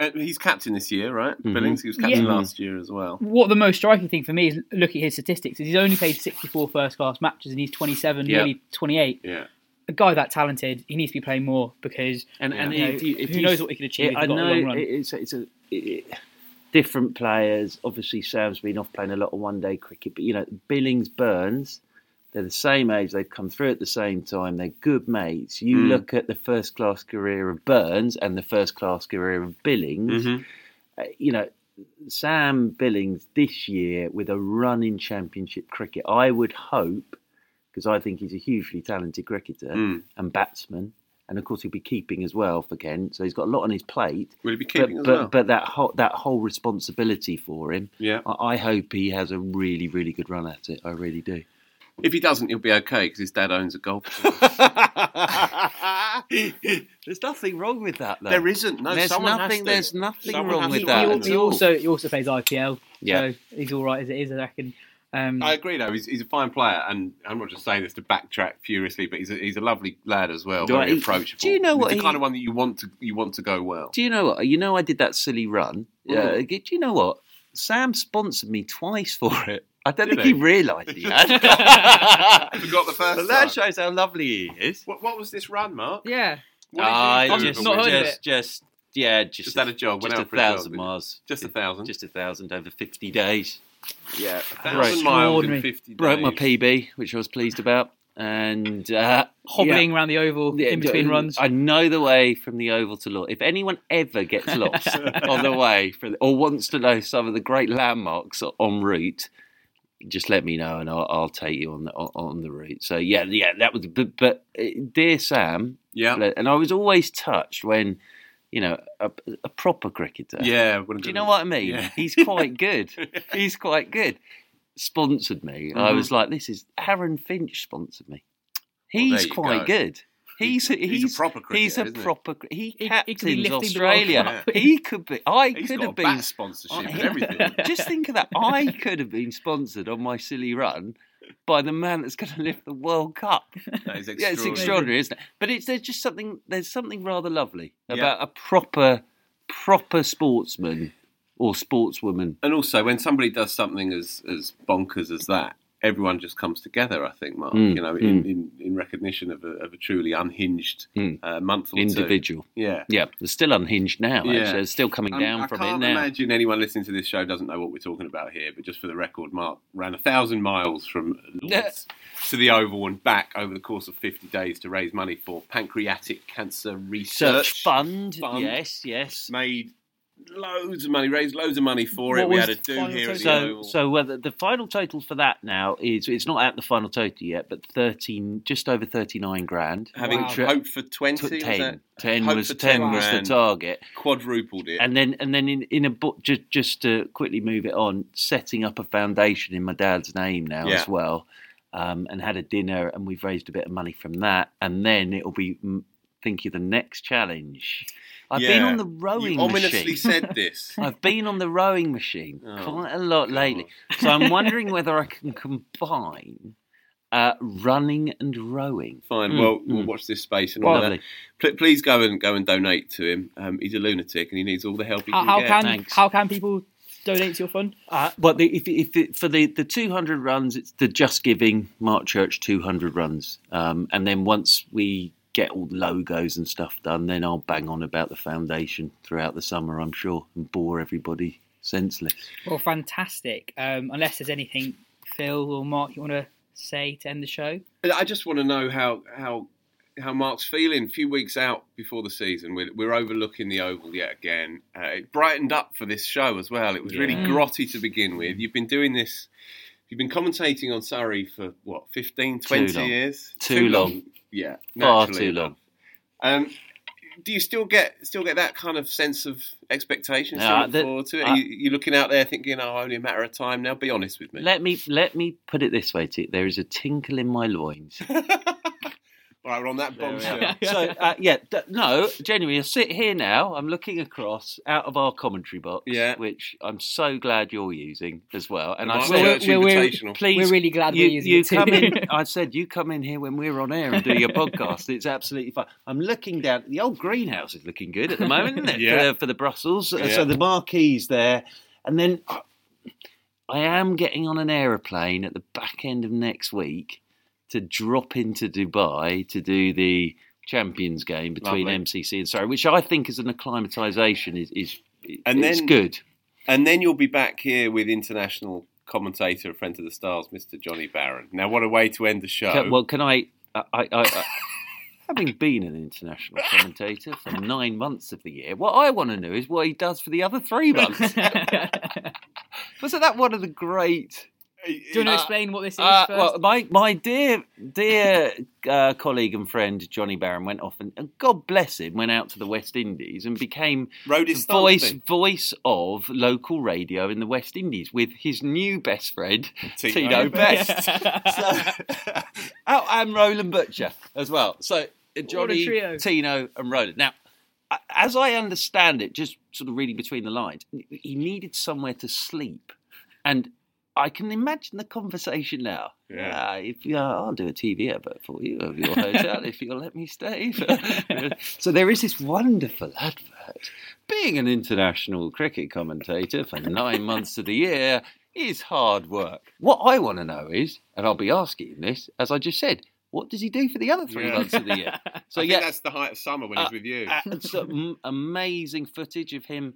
Speaker 3: uh, he's captain this year, right? Billings, he was captain
Speaker 1: Yeah.
Speaker 3: last year as well.
Speaker 1: what the most striking thing for me is look at his statistics. Is he's only played 64 first class matches and he's 27,
Speaker 2: Yeah.
Speaker 1: nearly 28.
Speaker 3: Yeah.
Speaker 1: a guy that talented, he needs to be playing more because
Speaker 2: And, and
Speaker 1: you know,
Speaker 2: if you, if
Speaker 1: who
Speaker 2: you-
Speaker 1: knows what he could achieve
Speaker 2: Yeah,
Speaker 1: if
Speaker 2: I
Speaker 1: he got a
Speaker 2: know
Speaker 1: long run.
Speaker 2: it- it's a, it's a it, it- different players. Obviously, Sam's been off playing a lot of one day cricket, but you know, Billings Burns. They're the same age. They've come through at the same time. They're good mates. You
Speaker 1: Mm.
Speaker 2: look at the first class career of Burns and the first class career of Billings.
Speaker 1: Mm-hmm.
Speaker 2: uh, you know, Sam Billings this year with a run in Championship cricket. I would hope because I think he's a hugely talented cricketer
Speaker 3: Hmm.
Speaker 2: and batsman. And of course, he'll be keeping as well for Kent, so he's got a lot on his plate.
Speaker 3: Will he be
Speaker 2: But,
Speaker 3: keeping as
Speaker 2: but,
Speaker 3: well?
Speaker 2: but that whole that whole responsibility for him,
Speaker 3: Yeah.
Speaker 2: I, I hope he has a really really good run at it. I really do.
Speaker 3: If he doesn't, he'll be okay because his dad owns a golf course.
Speaker 2: There's nothing wrong with that, though.
Speaker 3: There isn't, no,
Speaker 2: there's
Speaker 3: someone has
Speaker 2: nothing.
Speaker 3: to.
Speaker 2: There's nothing
Speaker 3: Someone
Speaker 2: wrong
Speaker 3: has
Speaker 2: with
Speaker 3: to.
Speaker 2: that.
Speaker 3: He-
Speaker 2: at
Speaker 1: he,
Speaker 2: all.
Speaker 1: also he also plays IPL,
Speaker 2: Yeah.
Speaker 1: so he's all right as it is, I reckon. Um,
Speaker 3: I agree, though. He's, he's a fine player, and I'm not just saying this to backtrack furiously, but he's a, he's a lovely lad as well,
Speaker 2: Do
Speaker 3: very
Speaker 2: I-
Speaker 3: approachable.
Speaker 2: do you know
Speaker 3: He's
Speaker 2: what
Speaker 3: the
Speaker 2: he-
Speaker 3: kind of one that you want to you want to go well?
Speaker 2: Do you know what? You know, I did that silly run. Yeah. do you know what? Sam sponsored me twice for it. I don't
Speaker 3: Did
Speaker 2: think he,
Speaker 3: he?
Speaker 2: realised he had.
Speaker 3: Forgot the first
Speaker 2: but that
Speaker 3: time.
Speaker 2: shows how lovely he is.
Speaker 3: What, what was this run, Mark?
Speaker 1: yeah,
Speaker 3: What did you
Speaker 2: I
Speaker 3: do
Speaker 1: I've
Speaker 2: just,
Speaker 3: over
Speaker 1: not heard of
Speaker 3: Wigan?
Speaker 1: it.
Speaker 2: just, just, yeah, just,
Speaker 3: Just had a job, went
Speaker 2: just a
Speaker 3: out for a job,
Speaker 2: thousand
Speaker 3: didn't you?
Speaker 2: miles,
Speaker 3: Just a thousand?
Speaker 2: just a thousand over fifty days.
Speaker 3: Yeah,
Speaker 2: Right.
Speaker 3: thousand miles in
Speaker 1: Extraordinary.
Speaker 3: fifty days.
Speaker 2: Broke my PB, which I was pleased about, and uh,
Speaker 1: hobbling
Speaker 2: yeah.
Speaker 1: around the oval
Speaker 2: Yeah,
Speaker 1: in between
Speaker 2: I-
Speaker 1: runs.
Speaker 2: I know the way from the oval to Lord. If anyone ever gets lost on the way, for, or wants to know some of the great landmarks en route, just let me know and I'll, I'll take you on the on- on the route. So yeah, yeah, that was. But, but uh, dear Sam,
Speaker 3: Yeah,
Speaker 2: and I was always touched when you know a, a proper cricketer.
Speaker 3: yeah.
Speaker 2: Do you know what I mean?
Speaker 3: Yeah.
Speaker 2: He's quite good. He's quite good. Sponsored me. I was like, this is Aaron Finch sponsored me.
Speaker 3: Mm-hmm. Well, there
Speaker 2: He's
Speaker 3: you
Speaker 2: quite
Speaker 3: go.
Speaker 2: good. He's,
Speaker 3: He's a- he's a proper
Speaker 2: He's
Speaker 3: cricketer,
Speaker 2: a
Speaker 3: isn't he?
Speaker 2: proper. cri- He
Speaker 1: he
Speaker 2: captains
Speaker 1: could be lifting the World
Speaker 2: Australia.
Speaker 1: Cup.
Speaker 2: He could be. I
Speaker 3: He's
Speaker 2: could
Speaker 3: got a
Speaker 2: have been.
Speaker 3: bat sponsorship and everything.
Speaker 2: Just think of that. I could have been sponsored on my silly run by the man that's going to lift the World Cup.
Speaker 3: That is extraordinary.
Speaker 2: Yeah, it's extraordinary, isn't it? But it's there's just something there's something rather lovely
Speaker 3: Yeah.
Speaker 2: about a proper proper sportsman or sportswoman.
Speaker 3: And also, when somebody does something as as bonkers as that, everyone just comes together. I think, Mark,
Speaker 2: Mm,
Speaker 3: you know, in, in, in recognition of a, of a truly unhinged
Speaker 2: Mm.
Speaker 3: uh, month or two.
Speaker 2: Individual.
Speaker 3: Yeah.
Speaker 2: Yeah, they're still unhinged now.
Speaker 3: Yeah.
Speaker 2: Actually, they're still coming
Speaker 3: Um,
Speaker 2: down
Speaker 3: I
Speaker 2: from it
Speaker 3: can't
Speaker 2: now.
Speaker 3: imagine anyone listening to this show doesn't know what we're talking about here. But just for the record, Mark ran a thousand miles from Lourdes to the Oval and back over the course of fifty days to raise money for pancreatic cancer research.
Speaker 2: Search fund.
Speaker 3: fund.
Speaker 2: Yes, yes.
Speaker 3: Made loads of money, raised loads of money for it.
Speaker 1: What
Speaker 3: We
Speaker 1: was
Speaker 3: had a
Speaker 1: the
Speaker 3: do
Speaker 1: final
Speaker 3: here at the
Speaker 1: total?
Speaker 2: So,
Speaker 3: Oval.
Speaker 2: so whether the final total for that now is it's not at the final total yet, but thirteen, just over thirty nine grand.
Speaker 3: having
Speaker 2: Which, uh,
Speaker 3: hoped for twenty,
Speaker 2: took
Speaker 3: was that?
Speaker 2: ten. Ten
Speaker 3: Hope
Speaker 2: was
Speaker 3: for
Speaker 2: ten was the
Speaker 3: grand.
Speaker 2: target.
Speaker 3: quadrupled it.
Speaker 2: and then and then in, in a book just just to quickly move it on setting up a foundation in my dad's name now
Speaker 3: Yeah.
Speaker 2: as well um, and had a dinner and we've raised a bit of money from that and then it'll be mm, thinking of the next challenge i've been
Speaker 3: Yeah.
Speaker 2: on the rowing
Speaker 3: you ominously
Speaker 2: machine
Speaker 3: said this.
Speaker 2: I've been on the rowing machine
Speaker 3: Oh,
Speaker 2: quite a lot lately, so I'm wondering whether I can combine uh, running and rowing.
Speaker 3: Fine. well, we'll
Speaker 2: Hmm.
Speaker 3: watch this space and all
Speaker 2: Well-
Speaker 3: that. Pl- please go and go and donate to him. Um, he's a lunatic and he needs all the help he
Speaker 1: how,
Speaker 3: can
Speaker 1: how
Speaker 3: get.
Speaker 1: can
Speaker 2: thanks.
Speaker 1: how can people donate to your fund?
Speaker 2: Uh, but the, if, if the, for the, the 200 runs, it's the Just Giving Mark Church 200 runs. Um, and then once we get all the logos and stuff done, then I'll bang on about the foundation throughout the summer, I'm sure, and bore everybody senseless.
Speaker 1: Well, fantastic. Um, unless there's anything Phil or Mark you want to say to end the show.
Speaker 3: But I just want to know how how how Mark's feeling. A few weeks out before the season, we're, we're overlooking the Oval yet again. Uh, it brightened up for this show as well. It was really grotty to begin with. You've been doing this. You've been commentating on Surrey for what 15, 20
Speaker 2: long.
Speaker 3: years.
Speaker 2: Too long.
Speaker 3: Yeah,
Speaker 2: Far
Speaker 3: naturally
Speaker 2: too long.
Speaker 3: Um, do you still get still get that kind of sense of expectation? Still
Speaker 2: Yeah,
Speaker 3: look
Speaker 2: the-
Speaker 3: forward to it?
Speaker 2: I-
Speaker 3: Are you, you looking out there thinking, "Oh, only a matter of time now." Be honest with me.
Speaker 2: Let me let me put it this way, T. There is a tinkle in my loins.
Speaker 3: All right, we're on that bombshell.
Speaker 2: so uh, yeah, d- no, genuinely, I sit here now. I'm looking across out of our commentary box,
Speaker 3: Yeah.
Speaker 2: which I'm so glad you're using as well. And
Speaker 3: Mark
Speaker 2: I
Speaker 1: Well,
Speaker 2: said,
Speaker 3: Church
Speaker 1: we're- we're-
Speaker 3: Invitational.
Speaker 2: please,
Speaker 1: We're really glad
Speaker 2: you,
Speaker 1: we're using
Speaker 2: you
Speaker 1: it too.
Speaker 2: come in. I said you come in here when we're on air and do your podcast. It's absolutely fine. I'm looking down. The old greenhouse is looking good at the moment, isn't it?
Speaker 3: Yeah.
Speaker 2: for, the, for the Brussels. Uh,
Speaker 3: Yeah.
Speaker 2: So the marquee's there, and then I- I am getting on an aeroplane at the back end of next week to drop into Dubai to do the Champions game between
Speaker 3: Lovely.
Speaker 2: MCC and Surrey, which I think is an acclimatisation is is
Speaker 3: And
Speaker 2: and is
Speaker 3: then-
Speaker 2: good.
Speaker 3: And then you'll be back here with international commentator, and friend of the stars, Mr. Johnny Barron. Now, what a way to end the show.
Speaker 2: Can- well, can I? I, I, I having been an international commentator for nine months of the year, what I want to know is what he does for the other three months. Wasn't that one of the great?
Speaker 1: Do you want to explain what this is
Speaker 2: Uh,
Speaker 1: first?
Speaker 2: well, my my dear dear uh, colleague and friend Johnny Barron went off and, and God bless him, went out to the West Indies and became
Speaker 3: Rode his
Speaker 2: the
Speaker 3: stance,
Speaker 2: voice
Speaker 3: mate.
Speaker 2: voice of local radio in the West Indies with his new best friend
Speaker 3: Tino.
Speaker 2: Tino, Best. so, oh, and Roland Butcher as well. So uh,
Speaker 1: trio.
Speaker 2: Johnny, Tino, and Roland. Now, a- as I understand it, just sort of reading between the lines, he needed somewhere to sleep, and I can imagine the conversation now.
Speaker 3: Yeah.
Speaker 2: Uh, if yeah, I'll do a TV advert for you of your hotel if you'll let me stay. so there is this wonderful advert. Being an international cricket commentator for nine months of the year is hard work. What I want to know is, and I'll be asking him this, as I just said, what does he do for the other three
Speaker 3: Yeah.
Speaker 2: months of the year? So
Speaker 3: I think
Speaker 2: yeah,
Speaker 3: that's the height of summer when he's with you.
Speaker 2: uh, some amazing footage of him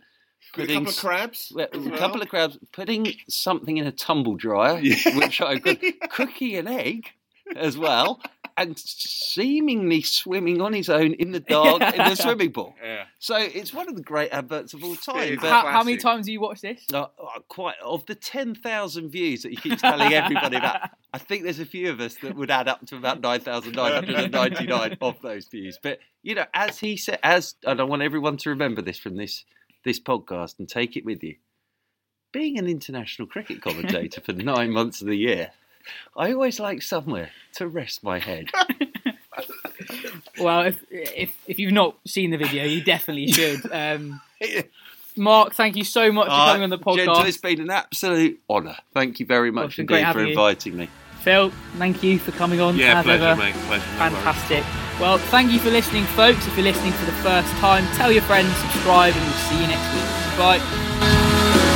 Speaker 3: With a couple of crabs.
Speaker 2: Well,
Speaker 3: as
Speaker 2: A
Speaker 3: well.
Speaker 2: couple of crabs, putting something in a tumble dryer, which I could cookie an egg as well, and seemingly swimming on his own in the dark in the swimming pool.
Speaker 3: Yeah.
Speaker 2: So it's one of the great adverts of all time.
Speaker 3: is.
Speaker 2: But
Speaker 1: How, how many
Speaker 3: classic.
Speaker 1: times do you watch this?
Speaker 2: uh, uh, quite of the ten thousand views that you keep telling everybody about, I think there's a few of us that would add up to about nine thousand nine hundred and ninety-nine of those views. But you know, as he said, as and I want everyone to remember this from this this podcast and take it with you. Being an international cricket commentator for nine months of the year, I always like somewhere to rest my head.
Speaker 1: Well, if, if if you've not seen the video, you definitely should. Um, Mark, thank you so much for
Speaker 2: Uh,
Speaker 1: coming on the
Speaker 2: Gentle,
Speaker 1: podcast.
Speaker 2: it's been an absolute honour. Thank you very much
Speaker 1: it's been great
Speaker 2: indeed for
Speaker 1: having you.
Speaker 2: inviting me.
Speaker 1: Phil, thank you for coming on.
Speaker 3: Yeah,
Speaker 1: as
Speaker 3: pleasure,
Speaker 1: ever.
Speaker 3: mate. Pleasure. no worries.
Speaker 1: Fantastic. Well, thank you for listening, folks. If you're listening for the first time, tell your friends, subscribe, and we'll see you next week. Bye.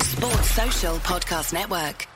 Speaker 4: Sports Social Podcast Network.